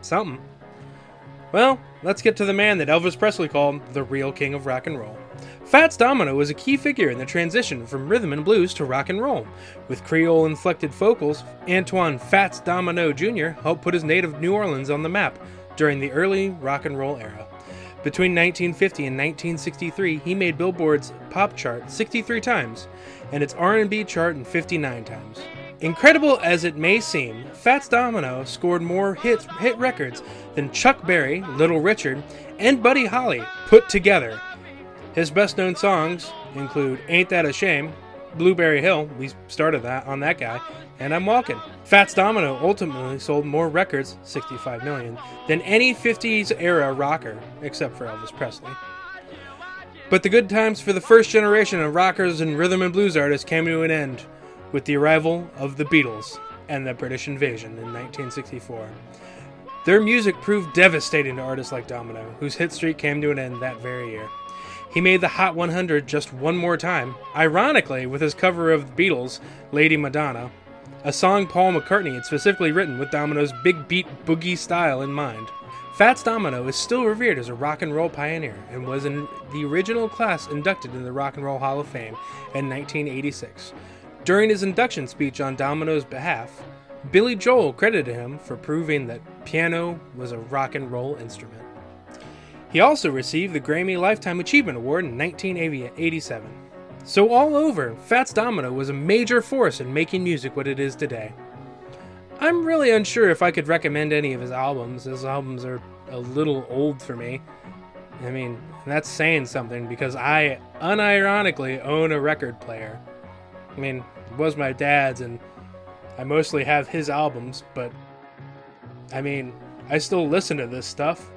[SPEAKER 2] something. Well, let's get to the man that Elvis Presley called the real king of rock and roll. Fats Domino was a key figure in the transition from rhythm and blues to rock and roll. With Creole inflected vocals, Antoine Fats Domino Jr. helped put his native New Orleans on the map during the early rock and roll era. Between 1950 and 1963, he made Billboard's pop chart 63 times and its R&B chart in 59 times. Incredible as it may seem, Fats Domino scored more hit, hit records than Chuck Berry, Little Richard, and Buddy Holly put together. His best known songs include Ain't That a Shame, Blueberry Hill, we started that on that guy, and I'm Walking. Fats Domino ultimately sold more records, 65 million, than any 50s era rocker, except for Elvis Presley. But the good times for the first generation of rockers and rhythm and blues artists came to an end with the arrival of the Beatles and the British invasion in 1964. Their music proved devastating to artists like Domino, whose hit streak came to an end that very year. He made the Hot 100 just one more time, ironically, with his cover of the Beatles' Lady Madonna, a song Paul McCartney had specifically written with Domino's big beat boogie style in mind. Fats Domino is still revered as a rock and roll pioneer and was in the original class inducted into the Rock and Roll Hall of Fame in 1986. During his induction speech on Domino's behalf, Billy Joel credited him for proving that piano was a rock and roll instrument. He also received the Grammy Lifetime Achievement Award in 1987. So, all over, Fats Domino was a major force in making music what it is today. I'm really unsure if I could recommend any of his albums. His albums are a little old for me. I mean, that's saying something because I unironically own a record player. I mean, it was my dad's, and I mostly have his albums, but I mean, I still listen to this stuff.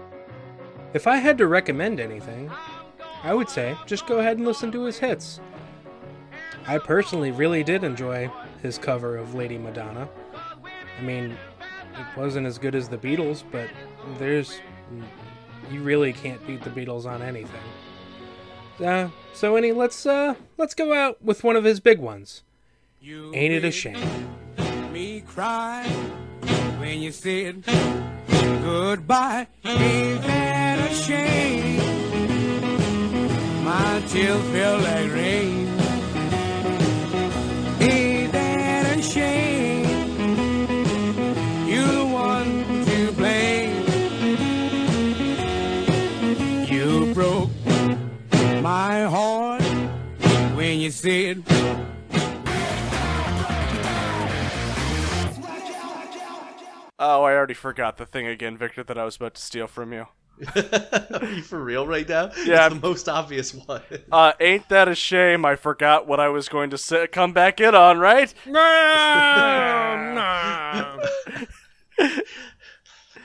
[SPEAKER 2] If I had to recommend anything, I would say just go ahead and listen to his hits. I personally really did enjoy his cover of Lady Madonna. I mean, it wasn't as good as the Beatles, but there's. You really can't beat the Beatles on anything. Uh, so, any, let's uh, let's go out with one of his big ones.
[SPEAKER 6] You
[SPEAKER 2] Ain't it a
[SPEAKER 6] made
[SPEAKER 2] shame?
[SPEAKER 6] me cry when you said goodbye. Ain't that a shame? My tears feel like rain. Ain't that a shame? You're the one to blame. You broke my heart when you said.
[SPEAKER 1] Oh, I already forgot the thing again, Victor, that I was about to steal from you.
[SPEAKER 4] Are you for real right now?
[SPEAKER 1] Yeah,
[SPEAKER 4] It's the most obvious one. <laughs>
[SPEAKER 1] Uh, ain't that a shame? I forgot what I was going to say, come back in on, right?
[SPEAKER 2] Oh,
[SPEAKER 3] <laughs>
[SPEAKER 2] Um,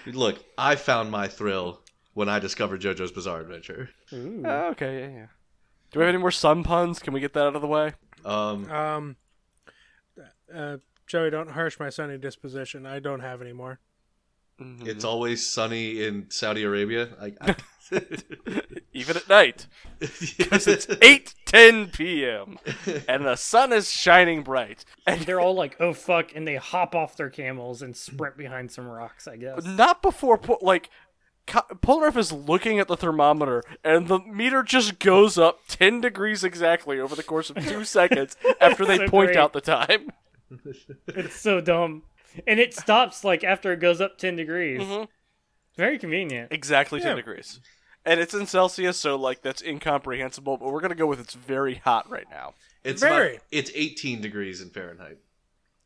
[SPEAKER 4] Look, I found my thrill when I discovered JoJo's Bizarre Adventure.
[SPEAKER 2] Hmm.
[SPEAKER 1] Oh, okay, yeah, yeah. Do we have any more sun puns? Can we get that out of the way?
[SPEAKER 4] Um,
[SPEAKER 2] Um, uh, Joey, don't harsh my sunny disposition. I don't have any more.
[SPEAKER 4] it's always sunny in Saudi Arabia. I, I,
[SPEAKER 1] Even at night. Because <laughs> it's 8.10 p.m. And the sun is shining bright. And
[SPEAKER 3] They're all like, "Oh fuck!" and they hop off their camels and sprint behind some rocks. I guess.
[SPEAKER 1] not before, Po- like, Co- Polnareff is looking at the thermometer, and the meter just goes up 10 degrees exactly over the course of two seconds after they
[SPEAKER 3] So
[SPEAKER 1] point
[SPEAKER 3] great.
[SPEAKER 1] out the time.
[SPEAKER 3] It's so dumb, and it stops like after it goes up ten degrees. Very convenient.
[SPEAKER 1] Exactly 10 degrees. And it's in Celsius, so, like, that's incomprehensible, but we're going to go with it's very hot right now.
[SPEAKER 4] it's
[SPEAKER 2] Very.
[SPEAKER 4] about- it's 18 degrees in Fahrenheit.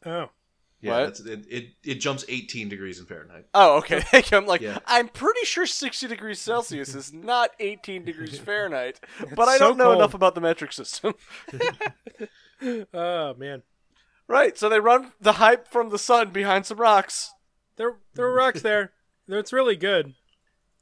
[SPEAKER 2] Oh,
[SPEAKER 1] What?
[SPEAKER 4] Yeah, it's, it, it it jumps 18 degrees in Fahrenheit.
[SPEAKER 1] Oh, okay. <laughs> Thank you. I'm like,
[SPEAKER 4] Yeah.
[SPEAKER 1] I'm pretty sure 60 degrees Celsius is not 18 degrees Fahrenheit, but I
[SPEAKER 2] so
[SPEAKER 1] don't know
[SPEAKER 2] cold.
[SPEAKER 1] enough about the metric system.
[SPEAKER 2] Oh man,
[SPEAKER 1] right. So they run the hype from the sun behind some rocks.
[SPEAKER 2] there there were rocks there. It's really good.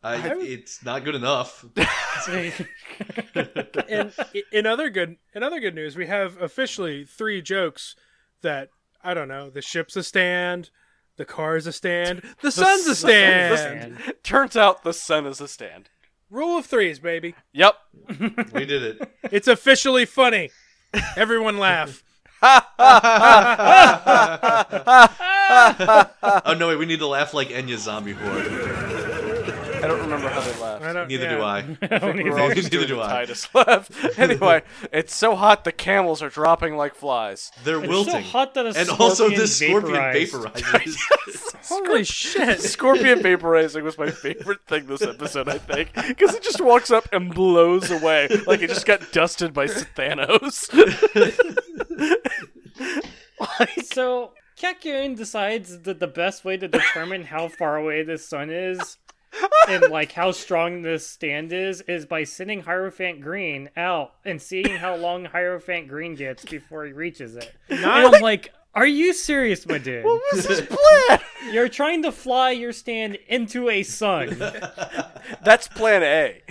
[SPEAKER 4] I, it's not good enough.
[SPEAKER 3] <laughs>
[SPEAKER 2] And i- in other good in other good news, we have officially three jokes that I don't know. The ship's a stand, the car's a stand, the sun's a
[SPEAKER 1] sun- the
[SPEAKER 2] stand.
[SPEAKER 1] <laughs> Turns out the sun is a stand.
[SPEAKER 2] Rule of threes, baby.
[SPEAKER 1] Yep.
[SPEAKER 4] we did it.
[SPEAKER 2] It's officially funny. Everyone laugh.
[SPEAKER 4] Oh no, wait, we need to laugh like Enya Zombie Horde.
[SPEAKER 1] I don't remember how they left.
[SPEAKER 2] <laughs> I don't,
[SPEAKER 4] Neither
[SPEAKER 2] yeah.
[SPEAKER 4] do I.
[SPEAKER 3] <laughs>
[SPEAKER 1] We're all
[SPEAKER 4] Neither
[SPEAKER 1] just doing
[SPEAKER 4] do
[SPEAKER 1] the
[SPEAKER 4] I.
[SPEAKER 1] Titus <laughs> left. anyway, it's so hot the camels are dropping like flies.
[SPEAKER 4] They're
[SPEAKER 3] It's
[SPEAKER 4] wilting.
[SPEAKER 3] so hot that a
[SPEAKER 4] and
[SPEAKER 3] scorpion
[SPEAKER 4] also this scorpion
[SPEAKER 3] vaporized.
[SPEAKER 4] vaporizes.
[SPEAKER 1] <laughs>
[SPEAKER 2] Holy shit!
[SPEAKER 1] Scorpion vaporizing was my favorite thing this episode, I think, because it just walks up and blows away like it just got dusted by Thanos. <laughs>
[SPEAKER 3] So Kakyoin decides that the best way to determine how far away the sun is and like how strong this stand is is by sending Hierophant Green out and seeing how long Hierophant Green gets before he reaches it. And I'm like, are you serious, my dude?
[SPEAKER 1] What's his plan?
[SPEAKER 3] You're trying to fly your stand into a sun.
[SPEAKER 1] That's Plan A.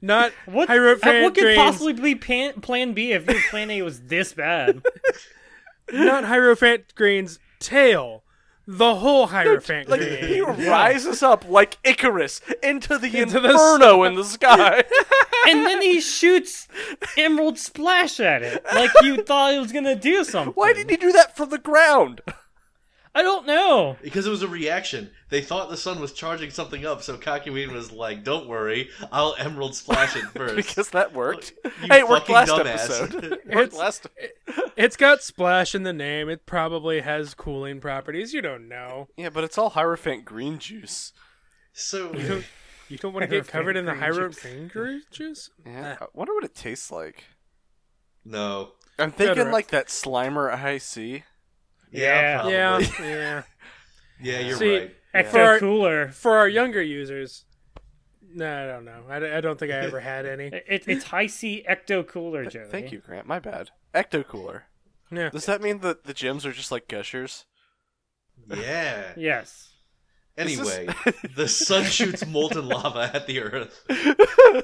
[SPEAKER 2] Not
[SPEAKER 3] What,
[SPEAKER 2] Hierophant
[SPEAKER 3] what could
[SPEAKER 2] Green.
[SPEAKER 3] possibly be pan, plan B if your plan A was this bad?
[SPEAKER 2] not Hierophant Green's tail, the whole Hierophant
[SPEAKER 1] Like
[SPEAKER 2] Green.
[SPEAKER 1] he rises up like Icarus into the
[SPEAKER 2] Into the
[SPEAKER 1] inferno in the sky.
[SPEAKER 3] and then he shoots Emerald Splash at it, like you thought it was gonna do something.
[SPEAKER 1] Why did he do that from the ground? <laughs>
[SPEAKER 3] I don't know.
[SPEAKER 4] because it was a reaction. They thought the sun was charging something up, so Kakyoin was like, "Don't worry, I'll emerald splash it first.
[SPEAKER 1] Because that worked.
[SPEAKER 4] <laughs> You
[SPEAKER 1] hey, it worked
[SPEAKER 4] fucking
[SPEAKER 1] last
[SPEAKER 4] dumbass. <laughs>
[SPEAKER 1] episode. <laughs> It worked
[SPEAKER 2] It's-
[SPEAKER 1] last.
[SPEAKER 2] It's got splash in the name. It probably has cooling properties. You don't know.
[SPEAKER 1] <laughs> Yeah, but it's all Hierophant green juice.
[SPEAKER 4] So
[SPEAKER 2] You don't want to get covered in the Hierophant Green juice.
[SPEAKER 1] Yeah. I wonder what it tastes like.
[SPEAKER 4] no.
[SPEAKER 1] I'm thinking
[SPEAKER 2] Federer.
[SPEAKER 1] like that Slimer IC.
[SPEAKER 3] Yeah.
[SPEAKER 4] probably.
[SPEAKER 2] Yeah,
[SPEAKER 4] <laughs>
[SPEAKER 2] yeah.
[SPEAKER 4] Yeah, you're
[SPEAKER 2] See,
[SPEAKER 4] right.
[SPEAKER 3] Ecto
[SPEAKER 2] For-
[SPEAKER 3] cooler.
[SPEAKER 2] For our younger users, no, I don't know. I, I don't think I ever
[SPEAKER 3] <laughs>
[SPEAKER 2] had any.
[SPEAKER 3] It, it's high C ecto cooler, Joey.
[SPEAKER 1] Thank you, Grant. My bad. Ecto Cooler.
[SPEAKER 2] Yeah.
[SPEAKER 1] Does that mean that the gyms are just like gushers?
[SPEAKER 4] Yeah.
[SPEAKER 3] Yes.
[SPEAKER 4] Anyway, the sun shoots molten lava at the earth. it,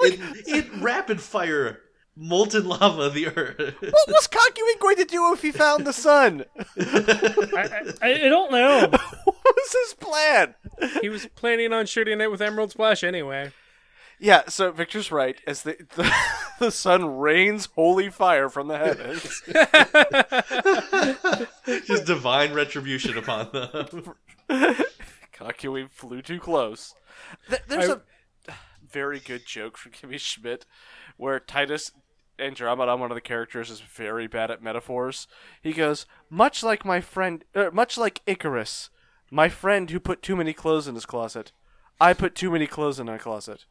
[SPEAKER 4] it rapid fire molten lava the earth.
[SPEAKER 1] <laughs> What was Kakuin going to do if he found the sun? <laughs>
[SPEAKER 3] I, I, I don't know.
[SPEAKER 1] what was his plan?
[SPEAKER 2] He was planning on shooting it with Emerald Splash anyway.
[SPEAKER 1] Yeah, so Victor's right. As the the, <laughs> the sun rains holy fire from the
[SPEAKER 4] <laughs>
[SPEAKER 1] heavens,
[SPEAKER 4] Just divine retribution upon them.
[SPEAKER 1] Kakuin flew too close. Th- there's a very good joke from Kimmy Schmidt where Titus and Andromeda, one of the characters, is very bad at metaphors. He goes, much like my friend, er, much like Icarus, my friend who put too many clothes in his closet. I put too many clothes in my closet.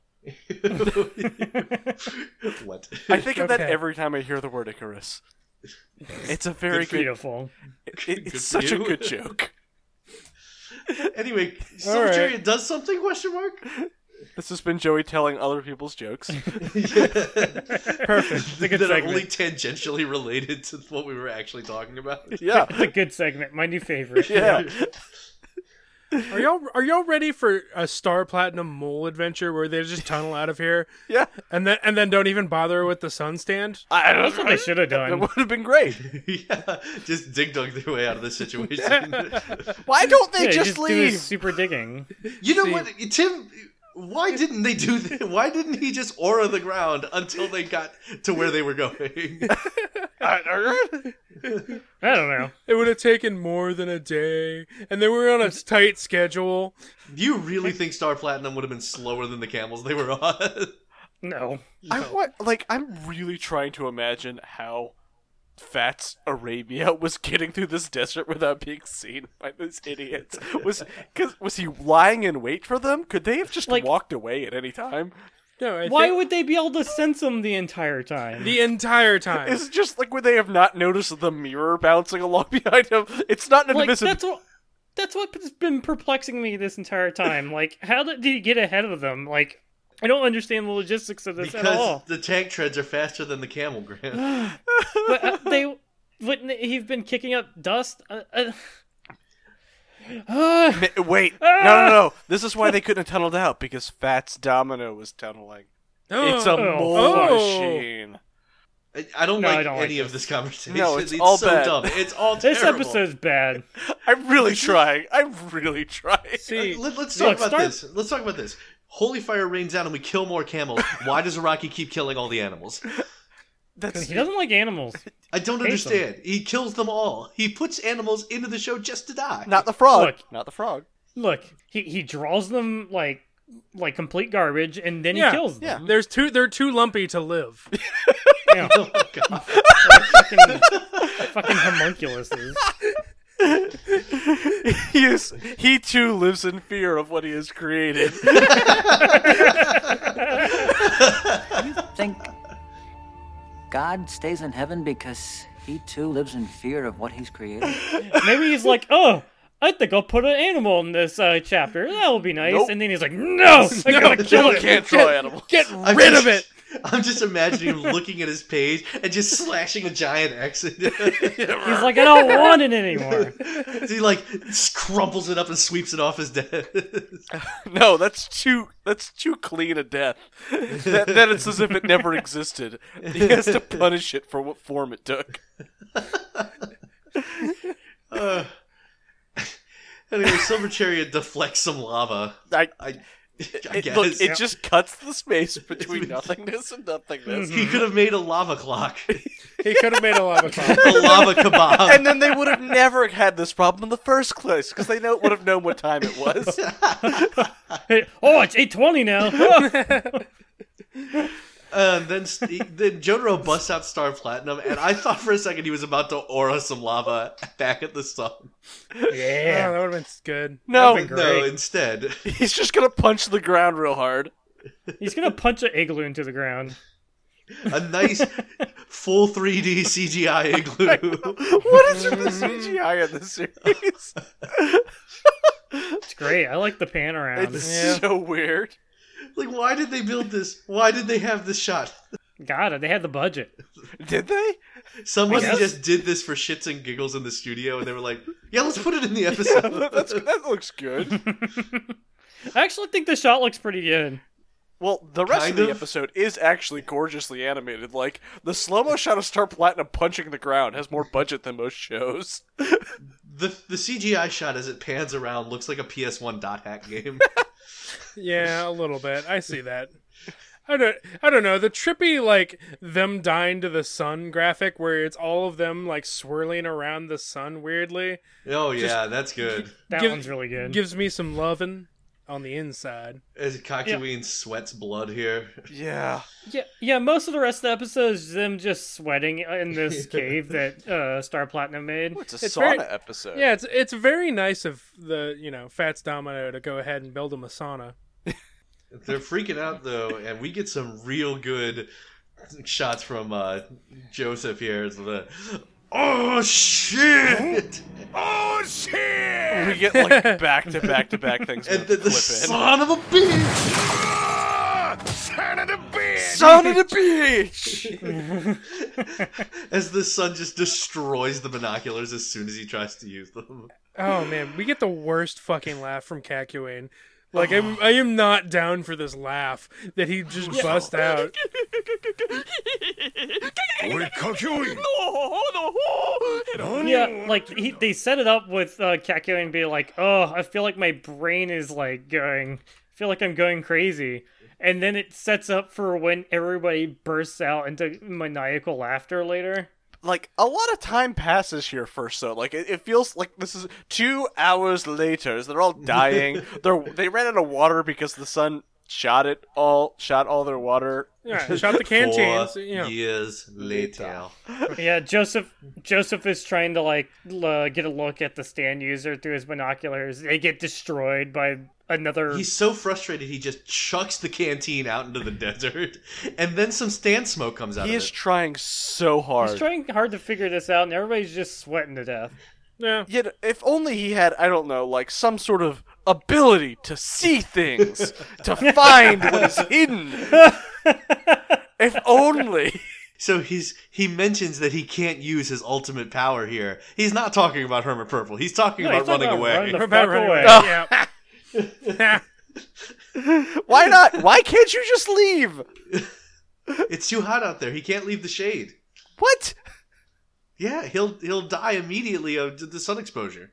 [SPEAKER 4] what?
[SPEAKER 1] I think of that
[SPEAKER 2] Okay.
[SPEAKER 1] every time I hear the word
[SPEAKER 4] <laughs>
[SPEAKER 1] Icarus. It's a very good.
[SPEAKER 3] Beautiful.
[SPEAKER 1] it- it's
[SPEAKER 4] Good for
[SPEAKER 1] such a
[SPEAKER 4] you.
[SPEAKER 1] good joke.
[SPEAKER 4] Anyway,
[SPEAKER 2] All right.
[SPEAKER 4] Sojourn does something? Question mark.
[SPEAKER 1] This has been Joey telling other people's jokes.
[SPEAKER 2] Perfect.
[SPEAKER 3] It's a good
[SPEAKER 4] <laughs> that are
[SPEAKER 3] segment.
[SPEAKER 4] only tangentially related to what we were actually talking about. <laughs>
[SPEAKER 1] yeah,
[SPEAKER 3] It's a good segment. My new favorite.
[SPEAKER 1] yeah.
[SPEAKER 2] Are y'all are y'all ready for a Star Platinum mole adventure where they just tunnel out of here
[SPEAKER 1] Yeah,
[SPEAKER 2] and then and then don't even bother with the sun stand?
[SPEAKER 1] I
[SPEAKER 3] That's what they should
[SPEAKER 1] <laughs>
[SPEAKER 3] have
[SPEAKER 1] That
[SPEAKER 3] done.
[SPEAKER 1] would have been great.
[SPEAKER 4] yeah, just dig dug their way out of this situation.
[SPEAKER 1] Why don't they
[SPEAKER 3] Yeah,
[SPEAKER 1] just,
[SPEAKER 3] just do
[SPEAKER 1] leave?
[SPEAKER 3] his super digging.
[SPEAKER 4] you know what, Tim? Why didn't they do that? Why didn't he just aura the ground until they got to where they
[SPEAKER 3] <laughs>
[SPEAKER 4] were going?
[SPEAKER 3] I don't know.
[SPEAKER 2] It would have taken more than a day, and they were on a tight schedule.
[SPEAKER 4] you really think Star Platinum would have been slower than the camels they were on?
[SPEAKER 3] No.
[SPEAKER 1] I want, like, I'm really trying to imagine how Fats Arabia was getting through this desert without being seen by those idiots. Was cause, was he lying in wait for them? Could they have just
[SPEAKER 3] Like-
[SPEAKER 1] walked away at any time?
[SPEAKER 2] No, I
[SPEAKER 3] Why
[SPEAKER 2] think
[SPEAKER 3] would they be able to sense them the entire time?
[SPEAKER 2] the entire time?
[SPEAKER 1] It's just like would they have not noticed the mirror bouncing along <laughs> behind him? It's not an
[SPEAKER 3] like
[SPEAKER 1] admissible.
[SPEAKER 3] that's what that's what's been perplexing me this entire time. Like, how did he get ahead of them? Like, I don't understand the logistics of this at
[SPEAKER 4] <laughs> Because
[SPEAKER 3] all.
[SPEAKER 4] the tank treads are faster than the camel, Grant.
[SPEAKER 3] But uh, they wouldn't he've been kicking up dust. Uh, uh, <sighs> uh,
[SPEAKER 1] Mi- Wait, no,
[SPEAKER 3] <laughs>
[SPEAKER 1] no, no. This is why they couldn't have tunneled out because Fats Domino was tunneling. It's a
[SPEAKER 3] Oh,
[SPEAKER 1] mole
[SPEAKER 2] fuck.
[SPEAKER 1] machine.
[SPEAKER 4] I- I don't
[SPEAKER 3] No, I
[SPEAKER 4] like
[SPEAKER 3] don't like
[SPEAKER 4] any of this conversation.
[SPEAKER 1] No, it's all
[SPEAKER 4] so
[SPEAKER 1] bad.
[SPEAKER 4] dumb. It's all
[SPEAKER 3] this
[SPEAKER 4] terrible.
[SPEAKER 3] episode's bad. <laughs>
[SPEAKER 1] I'm really trying. I'm really trying.
[SPEAKER 2] See,
[SPEAKER 4] Let, us talk
[SPEAKER 3] Look,
[SPEAKER 4] about
[SPEAKER 3] start-
[SPEAKER 4] this. Let's talk about this. Holy fire rains down and we kill
[SPEAKER 3] <laughs>
[SPEAKER 4] more camels. Why does Rocky keep killing all the animals?
[SPEAKER 1] That's
[SPEAKER 3] He doesn't like animals.
[SPEAKER 4] I don't
[SPEAKER 3] Hates them.
[SPEAKER 4] understand. He kills them all. He puts animals into the show just to die.
[SPEAKER 1] not the frog.
[SPEAKER 3] Look.
[SPEAKER 1] Not the frog.
[SPEAKER 3] Look, he he draws them like like complete garbage, and then
[SPEAKER 2] Yeah,
[SPEAKER 3] he kills them.
[SPEAKER 2] there's too they're too lumpy to live.
[SPEAKER 3] Yeah.
[SPEAKER 4] Oh my God.
[SPEAKER 3] fucking, fucking homunculuses.
[SPEAKER 1] <laughs> he is. He too lives in fear of what he has created.
[SPEAKER 7] think God stays in heaven because he too lives in fear of what he's created?
[SPEAKER 3] Maybe he's like, oh, I think I'll put an animal in this uh, chapter. That will be nice.
[SPEAKER 1] Nope.
[SPEAKER 3] And then he's like, no, I gotta <laughs> kill
[SPEAKER 1] you
[SPEAKER 3] it.
[SPEAKER 1] can't draw animals.
[SPEAKER 4] I'm
[SPEAKER 2] Rid
[SPEAKER 4] just-
[SPEAKER 2] of it.
[SPEAKER 4] <laughs> I'm just imagining him looking at his page and just slashing a giant
[SPEAKER 1] <laughs>
[SPEAKER 4] X.
[SPEAKER 3] He's like, I don't want it anymore.
[SPEAKER 4] he like crumples it up and sweeps it off his desk.
[SPEAKER 1] <laughs>
[SPEAKER 4] <laughs>
[SPEAKER 1] No, that's too. That's too clean a death. that, that it's as if it never existed. He
[SPEAKER 3] <laughs>
[SPEAKER 1] has to punish it for what form it took.
[SPEAKER 4] Uh, anyway, Silver Chariot deflects some lava.
[SPEAKER 1] I.
[SPEAKER 4] I, I
[SPEAKER 1] It,
[SPEAKER 4] guess
[SPEAKER 1] look, it just cuts the space
[SPEAKER 2] <laughs>
[SPEAKER 1] between nothingness and nothingness.
[SPEAKER 2] Mm-hmm.
[SPEAKER 4] he could have made a lava clock,
[SPEAKER 2] He could have made a lava cloud.
[SPEAKER 4] a lava
[SPEAKER 1] <laughs>
[SPEAKER 4] kebab.
[SPEAKER 1] and then they would have never had this problem in the first place because they know would have known what time it
[SPEAKER 2] <laughs>
[SPEAKER 1] was.
[SPEAKER 3] Hey, oh, it's 820 now. <laughs>
[SPEAKER 4] Uh, then st- then Jotaro busts out Star Platinum, and I thought for a second he was about to aura some lava back at the sun.
[SPEAKER 2] Oh,
[SPEAKER 3] yeah.
[SPEAKER 2] that would have been good.
[SPEAKER 1] No,
[SPEAKER 4] No, instead,
[SPEAKER 1] he's just gonna punch the ground real hard.
[SPEAKER 3] He's gonna punch an igloo into the ground.
[SPEAKER 4] a nice full
[SPEAKER 1] <laughs>
[SPEAKER 4] 3D CGI igloo.
[SPEAKER 1] What is with the
[SPEAKER 2] Mm-hmm.
[SPEAKER 1] CGI in this series?
[SPEAKER 3] It's great. I like the pan around.
[SPEAKER 1] It's
[SPEAKER 2] Yeah.
[SPEAKER 1] so weird.
[SPEAKER 4] like, why did they build this? Why did they have this shot?
[SPEAKER 3] God, they had the budget.
[SPEAKER 1] Did they?
[SPEAKER 4] Somebody
[SPEAKER 3] guess.
[SPEAKER 4] just did this for shits and giggles in the studio, and they were like, "Yeah, let's put it in the episode."
[SPEAKER 1] <laughs> That's, that looks
[SPEAKER 2] <laughs>
[SPEAKER 1] good.
[SPEAKER 3] I actually think the shot looks pretty good.
[SPEAKER 1] Well, the rest
[SPEAKER 4] Kind
[SPEAKER 1] of the
[SPEAKER 4] of.
[SPEAKER 1] episode is actually gorgeously animated. Like the slow mo shot of Star Platinum punching the ground has more budget than most shows.
[SPEAKER 4] <laughs> the the CGI shot as it pans around looks like a PS1 dot hack game.
[SPEAKER 2] Yeah, a little bit. I see that. I don't. I don't know. The trippy like them dying to the sun graphic, where it's all of them like swirling around the sun weirdly,
[SPEAKER 4] oh yeah, that's good.
[SPEAKER 3] That
[SPEAKER 2] Give-
[SPEAKER 3] one's really good.
[SPEAKER 2] gives me some lovin' on the inside.
[SPEAKER 4] As Kakyoin sweats blood here.
[SPEAKER 1] Yeah.
[SPEAKER 3] Yeah, yeah. Most of the rest of the episode is them just sweating
[SPEAKER 2] <laughs>
[SPEAKER 3] in this cave that uh, Star Platinum made.
[SPEAKER 1] It's a
[SPEAKER 2] It's
[SPEAKER 1] sauna
[SPEAKER 2] very-
[SPEAKER 1] episode.
[SPEAKER 2] Yeah, it's it's very nice of the you know Fats Domino to go ahead and build him a sauna.
[SPEAKER 4] They're freaking out though, and we get some real good shots from uh, Joseph here. It's the oh shit,
[SPEAKER 1] We get like back to back to back things.
[SPEAKER 4] and
[SPEAKER 1] with
[SPEAKER 4] the, the
[SPEAKER 1] flip in.
[SPEAKER 4] son of a bitch.
[SPEAKER 1] Son of the beach.
[SPEAKER 4] As the son just destroys the binoculars as soon as he tries to use them.
[SPEAKER 2] Oh man, we get the worst fucking laugh from Kakyoin. Like I'm,
[SPEAKER 3] <sighs>
[SPEAKER 2] I am not down for this laugh that he just bust out.
[SPEAKER 5] 俺書き終え
[SPEAKER 3] Yeah, like he, they set it up with uh, Kakyoin and be like, "Oh, I feel like my brain is like going, I feel like I'm going crazy," and then it sets up for when everybody bursts out into maniacal laughter later.
[SPEAKER 1] Like a lot of time passes here first, though. Like it, it feels like this is two hours later. As they're all dying. they're they ran out of water because the sun shot it all, shot all their water.
[SPEAKER 2] Yeah, shot the canteens.
[SPEAKER 4] Four
[SPEAKER 2] You know.
[SPEAKER 4] years later.
[SPEAKER 3] Yeah, Joseph. Joseph is trying to like l- uh, get a look at the stand user through his binoculars. They get destroyed by another.
[SPEAKER 4] He's so frustrated he just chucks the canteen out into the desert, and then some stand smoke comes out
[SPEAKER 1] He
[SPEAKER 4] of
[SPEAKER 1] is trying so hard.
[SPEAKER 3] He's trying hard to figure this out, and everybody's just sweating to death.
[SPEAKER 2] Yeah.
[SPEAKER 1] Yet, if only he had, I don't know, like some sort of ability to see things, to find what is
[SPEAKER 2] <laughs>
[SPEAKER 1] hidden. if only.
[SPEAKER 4] it. So he's he mentions that he can't use his ultimate power here. He's not talking about Hermit Purple. He's talking
[SPEAKER 3] No,
[SPEAKER 4] about
[SPEAKER 3] he's talking about
[SPEAKER 4] running away.
[SPEAKER 3] running the
[SPEAKER 2] About
[SPEAKER 3] fuck
[SPEAKER 2] running
[SPEAKER 3] away.
[SPEAKER 2] away. Yeah.
[SPEAKER 3] <laughs>
[SPEAKER 1] Why not? Why can't you just leave?
[SPEAKER 4] It's too hot out there. He can't leave the shade.
[SPEAKER 1] What?
[SPEAKER 4] Yeah, he'll he'll die immediately of the sun exposure.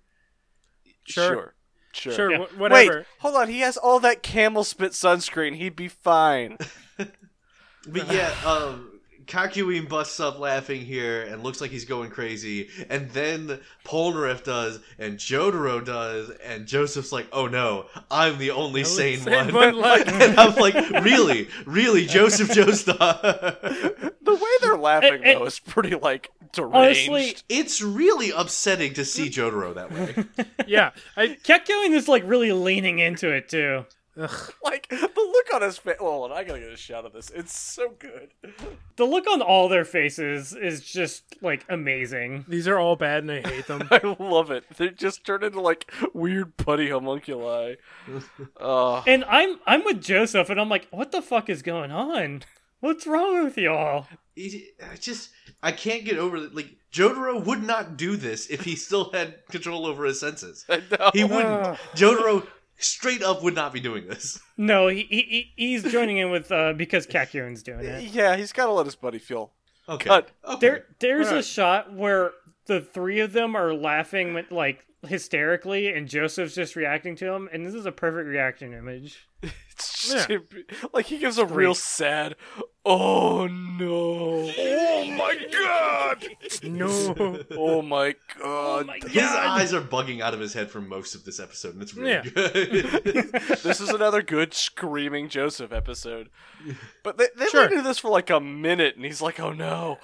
[SPEAKER 1] Sure. Sure.
[SPEAKER 2] <laughs> Sure.
[SPEAKER 3] Yeah.
[SPEAKER 2] wh- whatever.
[SPEAKER 1] Wait, hold on. He has all that camel spit sunscreen. He'd be fine.
[SPEAKER 4] But yeah, um, Kakuyin busts up laughing here and looks like he's going crazy, and then Polnareff does, and Jotaro does, and Joseph's like, "Oh no, I'm the only sane
[SPEAKER 2] Same
[SPEAKER 4] one."
[SPEAKER 2] one left.
[SPEAKER 4] <laughs> and I'm like, "Really, really, Joseph Joestar."
[SPEAKER 1] The way
[SPEAKER 2] <laughs>
[SPEAKER 1] they're laughing
[SPEAKER 3] And-
[SPEAKER 1] though is pretty like deranged. <laughs>
[SPEAKER 3] Honestly,
[SPEAKER 4] it's really upsetting to see Jotaro that <laughs> way.
[SPEAKER 2] yeah. I,
[SPEAKER 3] Kekkoing is like really leaning into it too.
[SPEAKER 1] like the look on his face. Hold on, I gotta get a shot of this. It's so good.
[SPEAKER 3] The look on all their faces is just like amazing.
[SPEAKER 2] these are all bad and I
[SPEAKER 3] <laughs>
[SPEAKER 2] hate them.
[SPEAKER 1] <laughs> I love it. They just turn into like weird putty homunculi. Uh,
[SPEAKER 3] And I'm I'm with Joseph, and I'm like, what the fuck is going on? What's wrong with y'all?
[SPEAKER 4] It- I just I can't get over it. Like Jotaro would not do this if he still had control over his senses. He wouldn't. Jotaro straight up would not be doing this.
[SPEAKER 3] No, he, he he- he's joining in with uh because Kakyoin's doing it.
[SPEAKER 1] yeah, he's gotta let his buddy feel.
[SPEAKER 4] Okay.
[SPEAKER 1] Cut.
[SPEAKER 4] Okay.
[SPEAKER 3] There there's a
[SPEAKER 2] Right.
[SPEAKER 3] shot where the three of them are laughing with, like hysterically, and Joseph's just reacting to him, and this is a perfect reaction image.
[SPEAKER 1] It's
[SPEAKER 2] Yeah.
[SPEAKER 1] stupid. Like he gives a real sad. Oh no! Oh my god!
[SPEAKER 3] <laughs>
[SPEAKER 2] No.
[SPEAKER 1] Oh my god!
[SPEAKER 3] my
[SPEAKER 4] His eyes are bugging out of his head for most of this episode, and it's really <laughs>
[SPEAKER 2] Yeah.
[SPEAKER 4] good.
[SPEAKER 1] this is another good screaming Joseph
[SPEAKER 2] <laughs>
[SPEAKER 1] episode. But they they
[SPEAKER 2] Sure.
[SPEAKER 1] let him do this for like a minute, and he's like, "Oh no."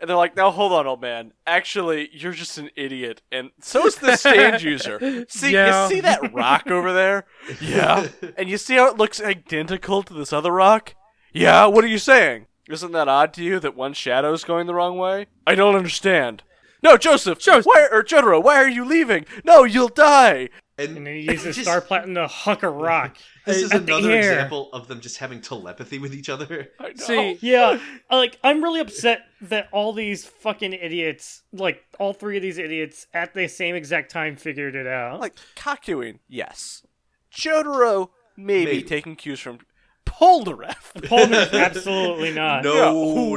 [SPEAKER 1] And they're like, now hold on, old man. Actually, you're just an idiot, and so is the stand
[SPEAKER 2] <laughs>
[SPEAKER 1] user. See,
[SPEAKER 2] Yeah.
[SPEAKER 1] you see that rock over there?
[SPEAKER 2] <laughs>
[SPEAKER 1] Yeah. And you see how it looks identical to this other rock? Yeah. What are you saying? Isn't that odd to you that one shadow's going the wrong way? I don't understand. No, Joseph.
[SPEAKER 2] Joseph.
[SPEAKER 1] Why or Jotaro? Why are you leaving? No, you'll die.
[SPEAKER 3] And
[SPEAKER 4] and
[SPEAKER 3] then he uses
[SPEAKER 4] <laughs> Just-
[SPEAKER 3] Star Platinum to huck a rock.
[SPEAKER 4] <laughs> this is
[SPEAKER 3] at the
[SPEAKER 4] another
[SPEAKER 3] air.
[SPEAKER 4] example of them just having telepathy with each other.
[SPEAKER 1] I know.
[SPEAKER 2] See,
[SPEAKER 4] <laughs>
[SPEAKER 3] Yeah, like I'm really upset that all these fucking idiots, like all three of these idiots at the same exact time figured it out.
[SPEAKER 1] Like Kakuin, yes. Jotaro, maybe,
[SPEAKER 4] Maybe.
[SPEAKER 1] taking cues from Polnareff. <laughs>
[SPEAKER 4] <laughs>
[SPEAKER 3] Pullman, absolutely not.
[SPEAKER 4] No,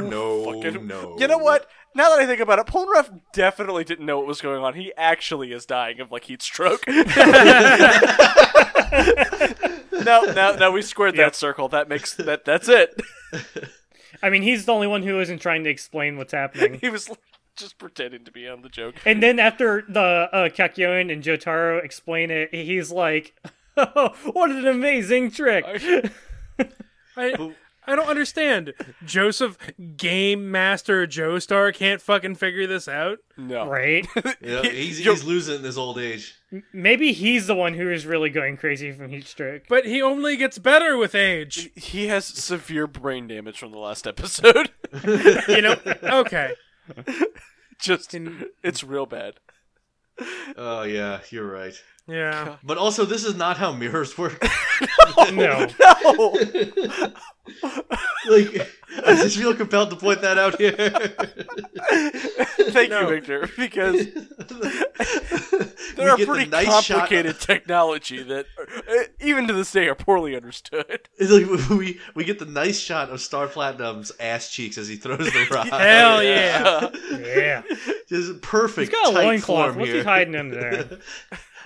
[SPEAKER 1] Yeah.
[SPEAKER 4] no,
[SPEAKER 1] Fucking-
[SPEAKER 4] Oh, no.
[SPEAKER 1] You know what? Now that I think about it, Polnareff definitely didn't know what was going on. He actually is dying of like heat stroke. <laughs> no, now, now we squared that circle. That makes that that's it. <laughs>
[SPEAKER 3] I mean, he's the only one who isn't trying to explain what's happening.
[SPEAKER 1] He was just pretending to be on the joke.
[SPEAKER 3] And then after the uh, Kakyoin and Jotaro explain it, he's like, <laughs> oh, "What an amazing trick!"
[SPEAKER 2] I, I don't understand. Joseph Game Master Joestar can't fucking figure this out.
[SPEAKER 1] No. <laughs>
[SPEAKER 3] Right?
[SPEAKER 4] Yeah,
[SPEAKER 1] He-
[SPEAKER 4] he's,
[SPEAKER 1] you're-
[SPEAKER 4] he's losing his old age.
[SPEAKER 3] Maybe he's the one who is really going crazy from heat stroke.
[SPEAKER 2] But he only gets better with age.
[SPEAKER 1] He has severe brain damage from the last episode. <laughs>
[SPEAKER 2] You know? Okay.
[SPEAKER 1] just it's real
[SPEAKER 4] <laughs>
[SPEAKER 1] bad.
[SPEAKER 4] Oh yeah, you're right. <laughs>
[SPEAKER 2] Yeah.
[SPEAKER 4] But also, this is not how mirrors work. <laughs>
[SPEAKER 3] No,
[SPEAKER 1] No.
[SPEAKER 4] like, I just feel compelled to point that out here.
[SPEAKER 1] Thank
[SPEAKER 2] No.
[SPEAKER 1] you, Victor, because
[SPEAKER 4] They're
[SPEAKER 1] they're a pretty <laughs> complicated technology that, uh, even to this day, are poorly <laughs> understood.
[SPEAKER 4] <laughs> It's like we we get the nice shot of Star Platinum's ass cheeks as he throws the rock.
[SPEAKER 2] Hell yeah.
[SPEAKER 1] <laughs>
[SPEAKER 3] yeah,
[SPEAKER 4] Just perfect.
[SPEAKER 3] he's got a
[SPEAKER 4] tight
[SPEAKER 3] loincloth.
[SPEAKER 4] form
[SPEAKER 3] What's
[SPEAKER 4] here.
[SPEAKER 3] he hiding under there?
[SPEAKER 1] <laughs>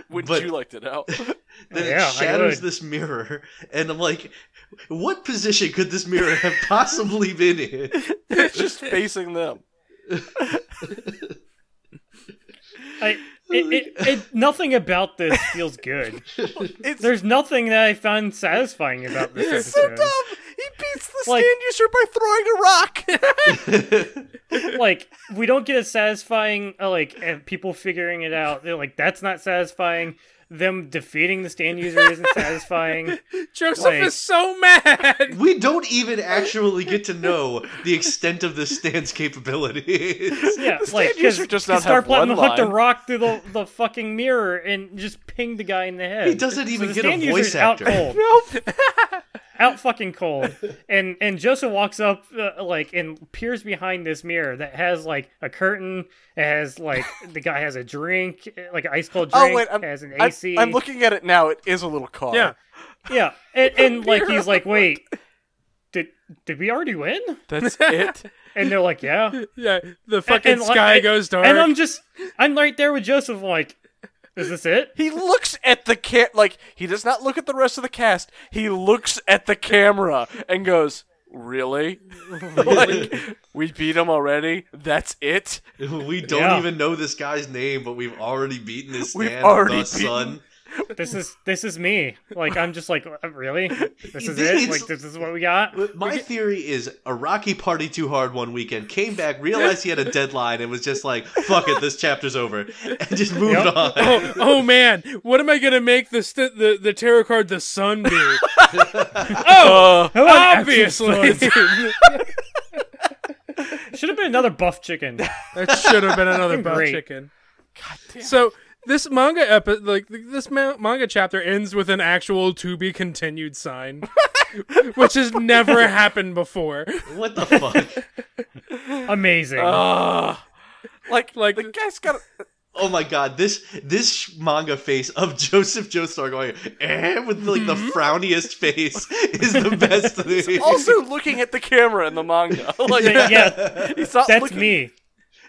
[SPEAKER 1] Would
[SPEAKER 4] But-
[SPEAKER 1] you like to <laughs> know?
[SPEAKER 4] Then
[SPEAKER 3] Yeah, I
[SPEAKER 4] it shatters
[SPEAKER 3] would.
[SPEAKER 4] this mirror, and I'm like, what position could this mirror have <laughs> possibly been in?
[SPEAKER 1] it's just facing them.
[SPEAKER 3] I it, it, it, nothing about this feels good.
[SPEAKER 1] It's
[SPEAKER 3] There's nothing that I found satisfying about this
[SPEAKER 1] It's so
[SPEAKER 3] episode.
[SPEAKER 1] dumb. He beats the
[SPEAKER 3] Like-
[SPEAKER 1] stand user by throwing a rock.
[SPEAKER 3] like we don't get a satisfying uh, like uh, people figuring it out. They're like that's not satisfying. Them defeating the stand user isn't satisfying.
[SPEAKER 2] Joseph
[SPEAKER 3] Like-
[SPEAKER 2] is so mad.
[SPEAKER 4] We don't even actually get to know the extent of this stand's capabilities.
[SPEAKER 1] <laughs>
[SPEAKER 4] <laughs>
[SPEAKER 3] Yeah,
[SPEAKER 1] The
[SPEAKER 3] like
[SPEAKER 1] stand user does not have
[SPEAKER 3] start letting
[SPEAKER 1] one
[SPEAKER 3] hook the
[SPEAKER 1] line.
[SPEAKER 3] rock through the, the fucking mirror and just ping the guy in the head.
[SPEAKER 4] He doesn't even
[SPEAKER 3] the
[SPEAKER 4] get a
[SPEAKER 3] stand
[SPEAKER 4] voice
[SPEAKER 3] user's out
[SPEAKER 4] actor.
[SPEAKER 3] cold.
[SPEAKER 4] <laughs>
[SPEAKER 3] <laughs> out fucking cold. And and Joseph walks up uh, like and peers behind this mirror that has like a curtain. It has like the guy has a drink, like an ice cold drink.
[SPEAKER 1] <laughs> oh wait, I'm,
[SPEAKER 3] it has an
[SPEAKER 1] I'm-
[SPEAKER 3] AC.
[SPEAKER 1] I'm looking at it now. It is a little car.
[SPEAKER 2] Yeah.
[SPEAKER 3] Yeah, and,
[SPEAKER 4] <laughs>
[SPEAKER 3] and like he's like, wait, did did we already win? <laughs>
[SPEAKER 1] that's it.
[SPEAKER 3] And they're like,
[SPEAKER 4] <laughs>
[SPEAKER 3] yeah.
[SPEAKER 2] Yeah, the fucking
[SPEAKER 3] and, like,
[SPEAKER 2] sky
[SPEAKER 3] and-
[SPEAKER 2] goes dark.
[SPEAKER 3] And I'm just, I'm right there with Joseph. Like, is this it?
[SPEAKER 1] He looks at the cam like he does not look at the rest of the cast. He looks at the camera and goes,
[SPEAKER 3] <laughs>
[SPEAKER 1] "Really? like we beat him already? That's it?
[SPEAKER 4] We don't
[SPEAKER 3] Yeah.
[SPEAKER 4] even know this guy's name, but we've already beaten his
[SPEAKER 1] We've
[SPEAKER 4] stand.
[SPEAKER 1] already
[SPEAKER 4] the son.
[SPEAKER 3] This is this is me. Like, I'm just like, uh, really? This is
[SPEAKER 4] It's-
[SPEAKER 3] it? Like, this is what we got?
[SPEAKER 4] My theory is a Rocky party too hard one weekend, came back,
[SPEAKER 3] <laughs>
[SPEAKER 4] realized he had a deadline, and was just like, "Fuck it, this chapter's over," and just moved
[SPEAKER 3] Yep.
[SPEAKER 4] on.
[SPEAKER 3] <laughs>
[SPEAKER 2] oh, oh man, what am I gonna make the st- the the tarot card the sun be?
[SPEAKER 1] Oh,
[SPEAKER 3] Come on, action
[SPEAKER 2] Obviously,
[SPEAKER 3] slides. <laughs> Should have been another buff chicken.
[SPEAKER 2] <laughs> that should have been another buff
[SPEAKER 3] Great.
[SPEAKER 2] chicken. So this manga epi- like th- this ma- manga chapter ends with an actual to be continued sign, which has never happened before.
[SPEAKER 4] what the fuck?
[SPEAKER 3] Amazing.
[SPEAKER 2] Oh.
[SPEAKER 1] ah. like
[SPEAKER 2] Like-
[SPEAKER 1] like the guy's got." a-
[SPEAKER 4] Oh my god, this this sh- manga face of <laughs> Joseph Joestar going eh, with like
[SPEAKER 3] Mm-hmm.
[SPEAKER 4] the frowniest face is
[SPEAKER 3] <laughs>
[SPEAKER 4] the best thing.
[SPEAKER 1] <laughs> Also looking at the camera in the manga, <laughs> like
[SPEAKER 3] yeah, yeah,
[SPEAKER 1] he's not
[SPEAKER 3] that's
[SPEAKER 1] looking.
[SPEAKER 3] me.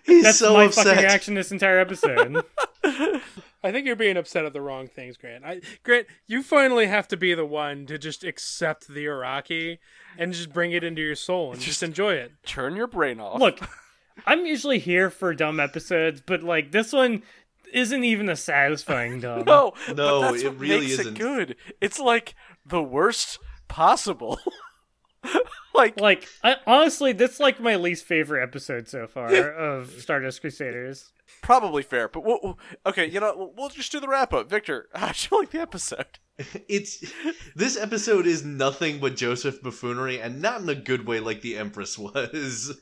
[SPEAKER 4] He's
[SPEAKER 3] That's
[SPEAKER 4] so
[SPEAKER 3] my
[SPEAKER 4] upset.
[SPEAKER 3] fucking reaction this entire episode.
[SPEAKER 2] I think you're being upset at the wrong things, Grant. I, Grant, you finally have to be the one to just accept the Iraqi and just bring it into your soul and just enjoy it.
[SPEAKER 1] Turn your brain off.
[SPEAKER 3] Look, I'm usually here for dumb episodes, but like this one isn't even a
[SPEAKER 2] <laughs>
[SPEAKER 3] satisfying dumb.
[SPEAKER 1] No,
[SPEAKER 4] No,
[SPEAKER 1] but that's
[SPEAKER 4] it
[SPEAKER 1] what
[SPEAKER 4] really
[SPEAKER 1] makes
[SPEAKER 4] isn't.
[SPEAKER 1] it good. It's like the worst possible. <laughs> like
[SPEAKER 3] Like I, honestly, that's like my least favorite episode so far of Stardust Crusaders.
[SPEAKER 1] probably fair, but we'll, we'll- okay, you know, we'll- we'll just do the wrap up. Victor, <laughs> how'd you like the episode?
[SPEAKER 4] It's this episode is nothing but Joseph buffoonery, and not in a good way like the Empress was.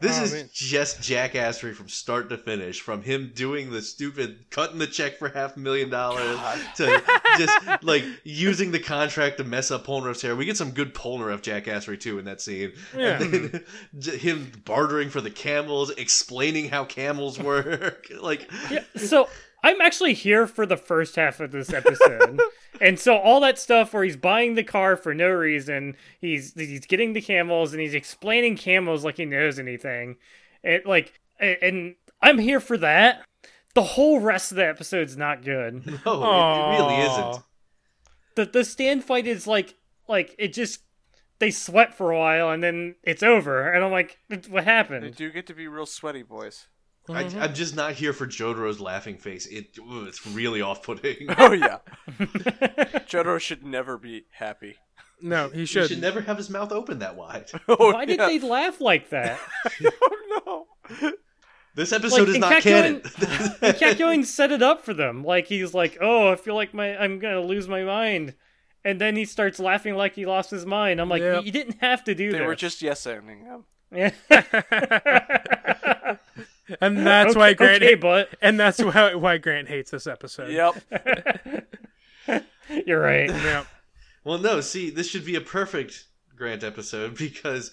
[SPEAKER 4] This
[SPEAKER 2] Oh,
[SPEAKER 4] is
[SPEAKER 2] man.
[SPEAKER 4] just jackassery from start to finish, from him doing the stupid cutting the check for half a million dollars to just like using the contract to mess up Polnareff's hair. We get some good Polnareff jackassery too in that scene.
[SPEAKER 2] Yeah.
[SPEAKER 4] And then j- him bartering for the camels, explaining how camels work. <laughs> like
[SPEAKER 3] Yeah, so I'm actually here for the first half of this
[SPEAKER 1] <laughs>
[SPEAKER 3] episode, and so all that stuff where he's buying the car for no reason, he's he's getting the camels and he's explaining camels like he knows anything, it like a- and I'm here for that. The whole rest of the episode's not good.
[SPEAKER 1] <laughs>
[SPEAKER 4] no, it- it really
[SPEAKER 2] Aw.
[SPEAKER 4] isn't.
[SPEAKER 3] the the stand fight is like like it just they sweat for a while and then it's over and I'm like "It- what
[SPEAKER 1] They
[SPEAKER 3] happened?
[SPEAKER 1] do get to be real sweaty, boys.
[SPEAKER 4] I, I'm just not here for Jotaro's laughing face. It ooh, it's really
[SPEAKER 3] <laughs>
[SPEAKER 4] <laughs> off-putting.
[SPEAKER 1] <laughs> Oh yeah, Jotaro should never be happy. <laughs>
[SPEAKER 2] No, he
[SPEAKER 4] He
[SPEAKER 2] should.
[SPEAKER 4] should never have his mouth open that wide.
[SPEAKER 3] <laughs>
[SPEAKER 1] Oh,
[SPEAKER 3] Why did
[SPEAKER 1] yeah.
[SPEAKER 3] they laugh like that?
[SPEAKER 1] Oh no.
[SPEAKER 4] This episode
[SPEAKER 3] Like,
[SPEAKER 4] is
[SPEAKER 3] in
[SPEAKER 4] not canon.
[SPEAKER 2] <laughs>
[SPEAKER 3] Kakyoin set it up for them. Like he's like, "Oh, I feel like my I'm going to lose my mind." And then he starts laughing like he lost his mind. I'm like,
[SPEAKER 2] Yep.
[SPEAKER 3] "You didn't have to do
[SPEAKER 1] They
[SPEAKER 3] that."
[SPEAKER 1] were just yes ending him.
[SPEAKER 3] Yeah.
[SPEAKER 2] and <laughs> that's why
[SPEAKER 3] <laughs> Okay-
[SPEAKER 2] Grant.
[SPEAKER 3] okay,
[SPEAKER 2] ha-
[SPEAKER 3] but
[SPEAKER 2] and that's why why Grant hates this episode.
[SPEAKER 1] Yep.
[SPEAKER 4] <laughs>
[SPEAKER 3] you're
[SPEAKER 2] <laughs>
[SPEAKER 3] right.
[SPEAKER 2] Yep.
[SPEAKER 4] <laughs> well, no. See, this should be a perfect Grant episode because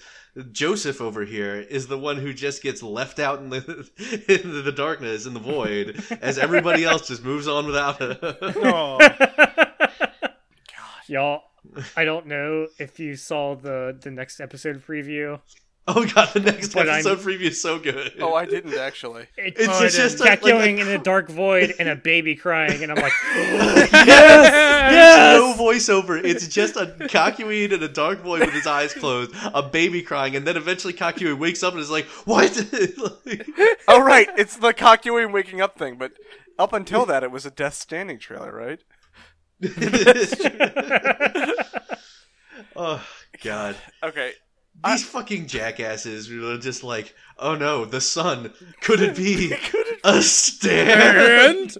[SPEAKER 4] Joseph over here is the one who just gets left out in the <laughs> in the darkness in the void
[SPEAKER 3] <laughs>
[SPEAKER 4] as everybody else just moves on without him. <laughs>
[SPEAKER 2] Oh,
[SPEAKER 3] Y'all, I don't know if you saw the the next episode preview.
[SPEAKER 4] oh god, the next
[SPEAKER 3] But I'm-
[SPEAKER 4] episode preview is so good.
[SPEAKER 1] Oh, I didn't actually.
[SPEAKER 3] It's
[SPEAKER 4] It's
[SPEAKER 2] Oh, I
[SPEAKER 4] just
[SPEAKER 3] cat
[SPEAKER 4] like, like,
[SPEAKER 3] going <laughs> in a dark void and a baby crying, and I'm
[SPEAKER 2] <laughs>
[SPEAKER 3] like,
[SPEAKER 4] <laughs> no voiceover. It's just a Kakyoin and a dark boy with his eyes closed, a baby crying, and then eventually Kakyoin wakes up and is <laughs> like, "What?" Like,
[SPEAKER 1] Oh right, it's the Kakyoin waking up thing, but Up until that, it was a Death Standing trailer, right?
[SPEAKER 4] oh God.
[SPEAKER 1] Okay.
[SPEAKER 4] These fucking jackasses were just like, oh no, the sun. Could it <laughs> be a <laughs> stare?
[SPEAKER 2] And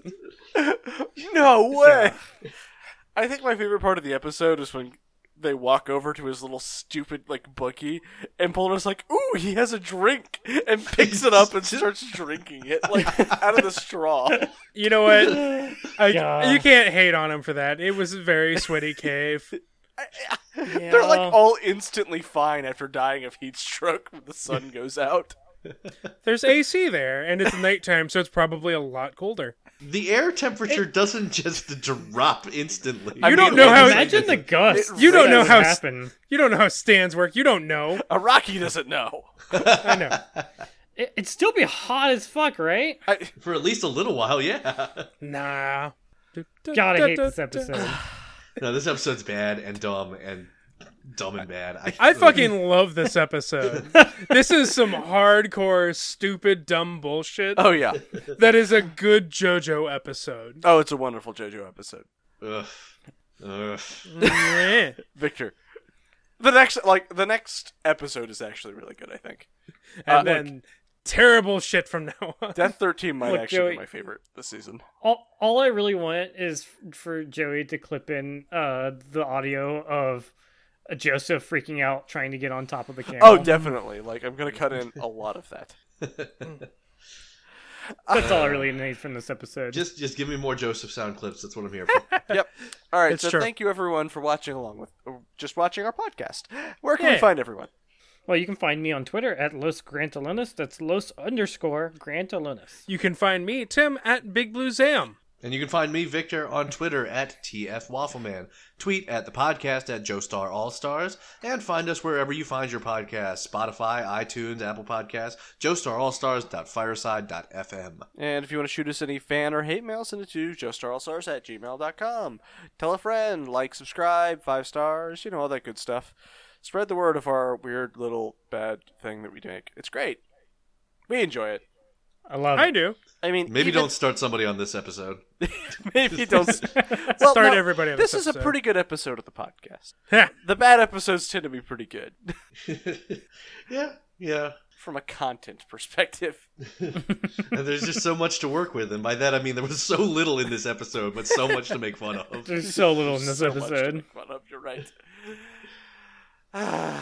[SPEAKER 1] No way. I think my favorite part of the episode is when they walk over to his little stupid like bookie, and Polder's like, "Ooh, he has a drink," and picks it <laughs> up and starts drinking it like out of the straw.
[SPEAKER 2] you know what? I,
[SPEAKER 3] Yeah.
[SPEAKER 2] You can't hate on him for that. It was a very sweaty cave.
[SPEAKER 1] They're like all instantly fine after dying of heat stroke when the sun goes out.
[SPEAKER 2] There's AC there, and it's nighttime, so it's probably a lot colder.
[SPEAKER 4] The air temperature doesn't just drop instantly.
[SPEAKER 2] You don't know how-
[SPEAKER 3] Imagine the gusts.
[SPEAKER 1] You don't
[SPEAKER 3] that
[SPEAKER 1] know
[SPEAKER 3] would
[SPEAKER 2] how s-
[SPEAKER 3] happen.
[SPEAKER 2] You don't know how stands work. You don't know.
[SPEAKER 1] Araki doesn't know.
[SPEAKER 2] I know.
[SPEAKER 3] It, it'd still be hot as fuck, right?
[SPEAKER 1] I,
[SPEAKER 4] for at least a little while, yeah.
[SPEAKER 2] Nah.
[SPEAKER 3] God, I hate this
[SPEAKER 2] <laughs>
[SPEAKER 3] episode.
[SPEAKER 4] No, this episode's bad and dumb and dumb and bad. I,
[SPEAKER 2] I fucking love this
[SPEAKER 3] <laughs>
[SPEAKER 2] episode. this is some hardcore, stupid, dumb bullshit.
[SPEAKER 1] oh yeah.
[SPEAKER 2] That is a good JoJo
[SPEAKER 3] <laughs>
[SPEAKER 2] episode.
[SPEAKER 1] Oh, it's a wonderful JoJo episode.
[SPEAKER 4] Ugh. Ugh.
[SPEAKER 2] Yeah.
[SPEAKER 1] Victor. The next like the next episode is actually really good, I think.
[SPEAKER 2] and
[SPEAKER 1] Uh,
[SPEAKER 2] then terrible shit from now on.
[SPEAKER 1] Death Thirteen might
[SPEAKER 3] Look,
[SPEAKER 1] actually
[SPEAKER 3] Joey-
[SPEAKER 1] be my favorite this season.
[SPEAKER 3] All, all I really want is f- for Joey to clip in uh, the audio of uh, Joseph freaking out trying to get on top of the camera.
[SPEAKER 1] Oh, definitely. Like I'm gonna cut
[SPEAKER 2] <laughs>
[SPEAKER 1] in a lot of that.
[SPEAKER 3] That's all I really need from this episode.
[SPEAKER 4] Just just give me more Joseph sound clips. That's what I'm
[SPEAKER 1] <laughs>
[SPEAKER 4] here for.
[SPEAKER 1] Yep. All right.
[SPEAKER 2] It's
[SPEAKER 1] so
[SPEAKER 2] true.
[SPEAKER 1] thank you everyone for watching along with just watching our podcast. Where can we
[SPEAKER 2] Yeah.
[SPEAKER 1] find everyone?
[SPEAKER 3] well, you can find me on Twitter at Los Grantalonis. That's Los underscore Grantalonis.
[SPEAKER 2] You can find me, Tim, at Big Blue Zam.
[SPEAKER 4] and you can find me, Victor, on Twitter at TF Waffleman. Tweet at the podcast at Joestar All Stars. And find us wherever you find your podcast Spotify, iTunes, Apple Podcasts, joestarallstars.fireside.fm.
[SPEAKER 1] And if you want to shoot us any fan or hate mail, send it to joestarallstars at gmail.com. Tell a friend, like, subscribe, five stars, you know, all that good stuff. Spread the word of our weird little bad thing that we make. It's great. We enjoy it.
[SPEAKER 3] I love
[SPEAKER 2] I
[SPEAKER 3] it.
[SPEAKER 2] do.
[SPEAKER 1] I mean,
[SPEAKER 4] Maybe
[SPEAKER 1] even-
[SPEAKER 4] don't start somebody on this episode.
[SPEAKER 1] <laughs>
[SPEAKER 4] <laughs>
[SPEAKER 1] maybe
[SPEAKER 2] <laughs>
[SPEAKER 1] don't well,
[SPEAKER 2] Start everybody on
[SPEAKER 1] This
[SPEAKER 2] this
[SPEAKER 1] is a
[SPEAKER 2] episode.
[SPEAKER 1] pretty good episode of the podcast.
[SPEAKER 2] Ha.
[SPEAKER 1] The bad episodes tend to be pretty good <laughs>
[SPEAKER 4] yeah, yeah.
[SPEAKER 1] from a content perspective.
[SPEAKER 2] <laughs>
[SPEAKER 4] And there's just so much to work with. And by that, I mean there was so little in this episode, but so much to make fun of.
[SPEAKER 2] <laughs>
[SPEAKER 3] There's so little in this
[SPEAKER 1] so much to
[SPEAKER 3] episode.
[SPEAKER 1] make fun of, You're right. <sighs> all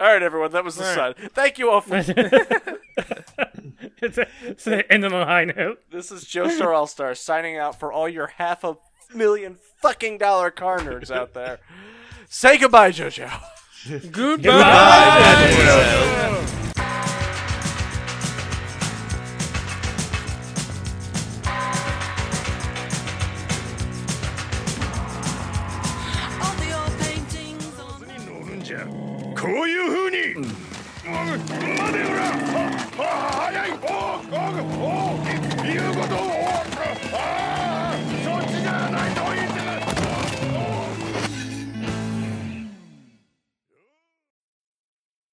[SPEAKER 1] right, everyone. That was the
[SPEAKER 2] All right.
[SPEAKER 1] sun. Thank you all for
[SPEAKER 3] it's, <laughs> a, it's a end on a high note.
[SPEAKER 1] this. Is Joestar All Star signing out for all your half a million fucking dollar car nerds out there. Say goodbye, JoJo.
[SPEAKER 2] Goodbye.
[SPEAKER 8] All the old paintings on
[SPEAKER 5] 乗るんじゃこういうふうに、うん、待てほらはは早いおう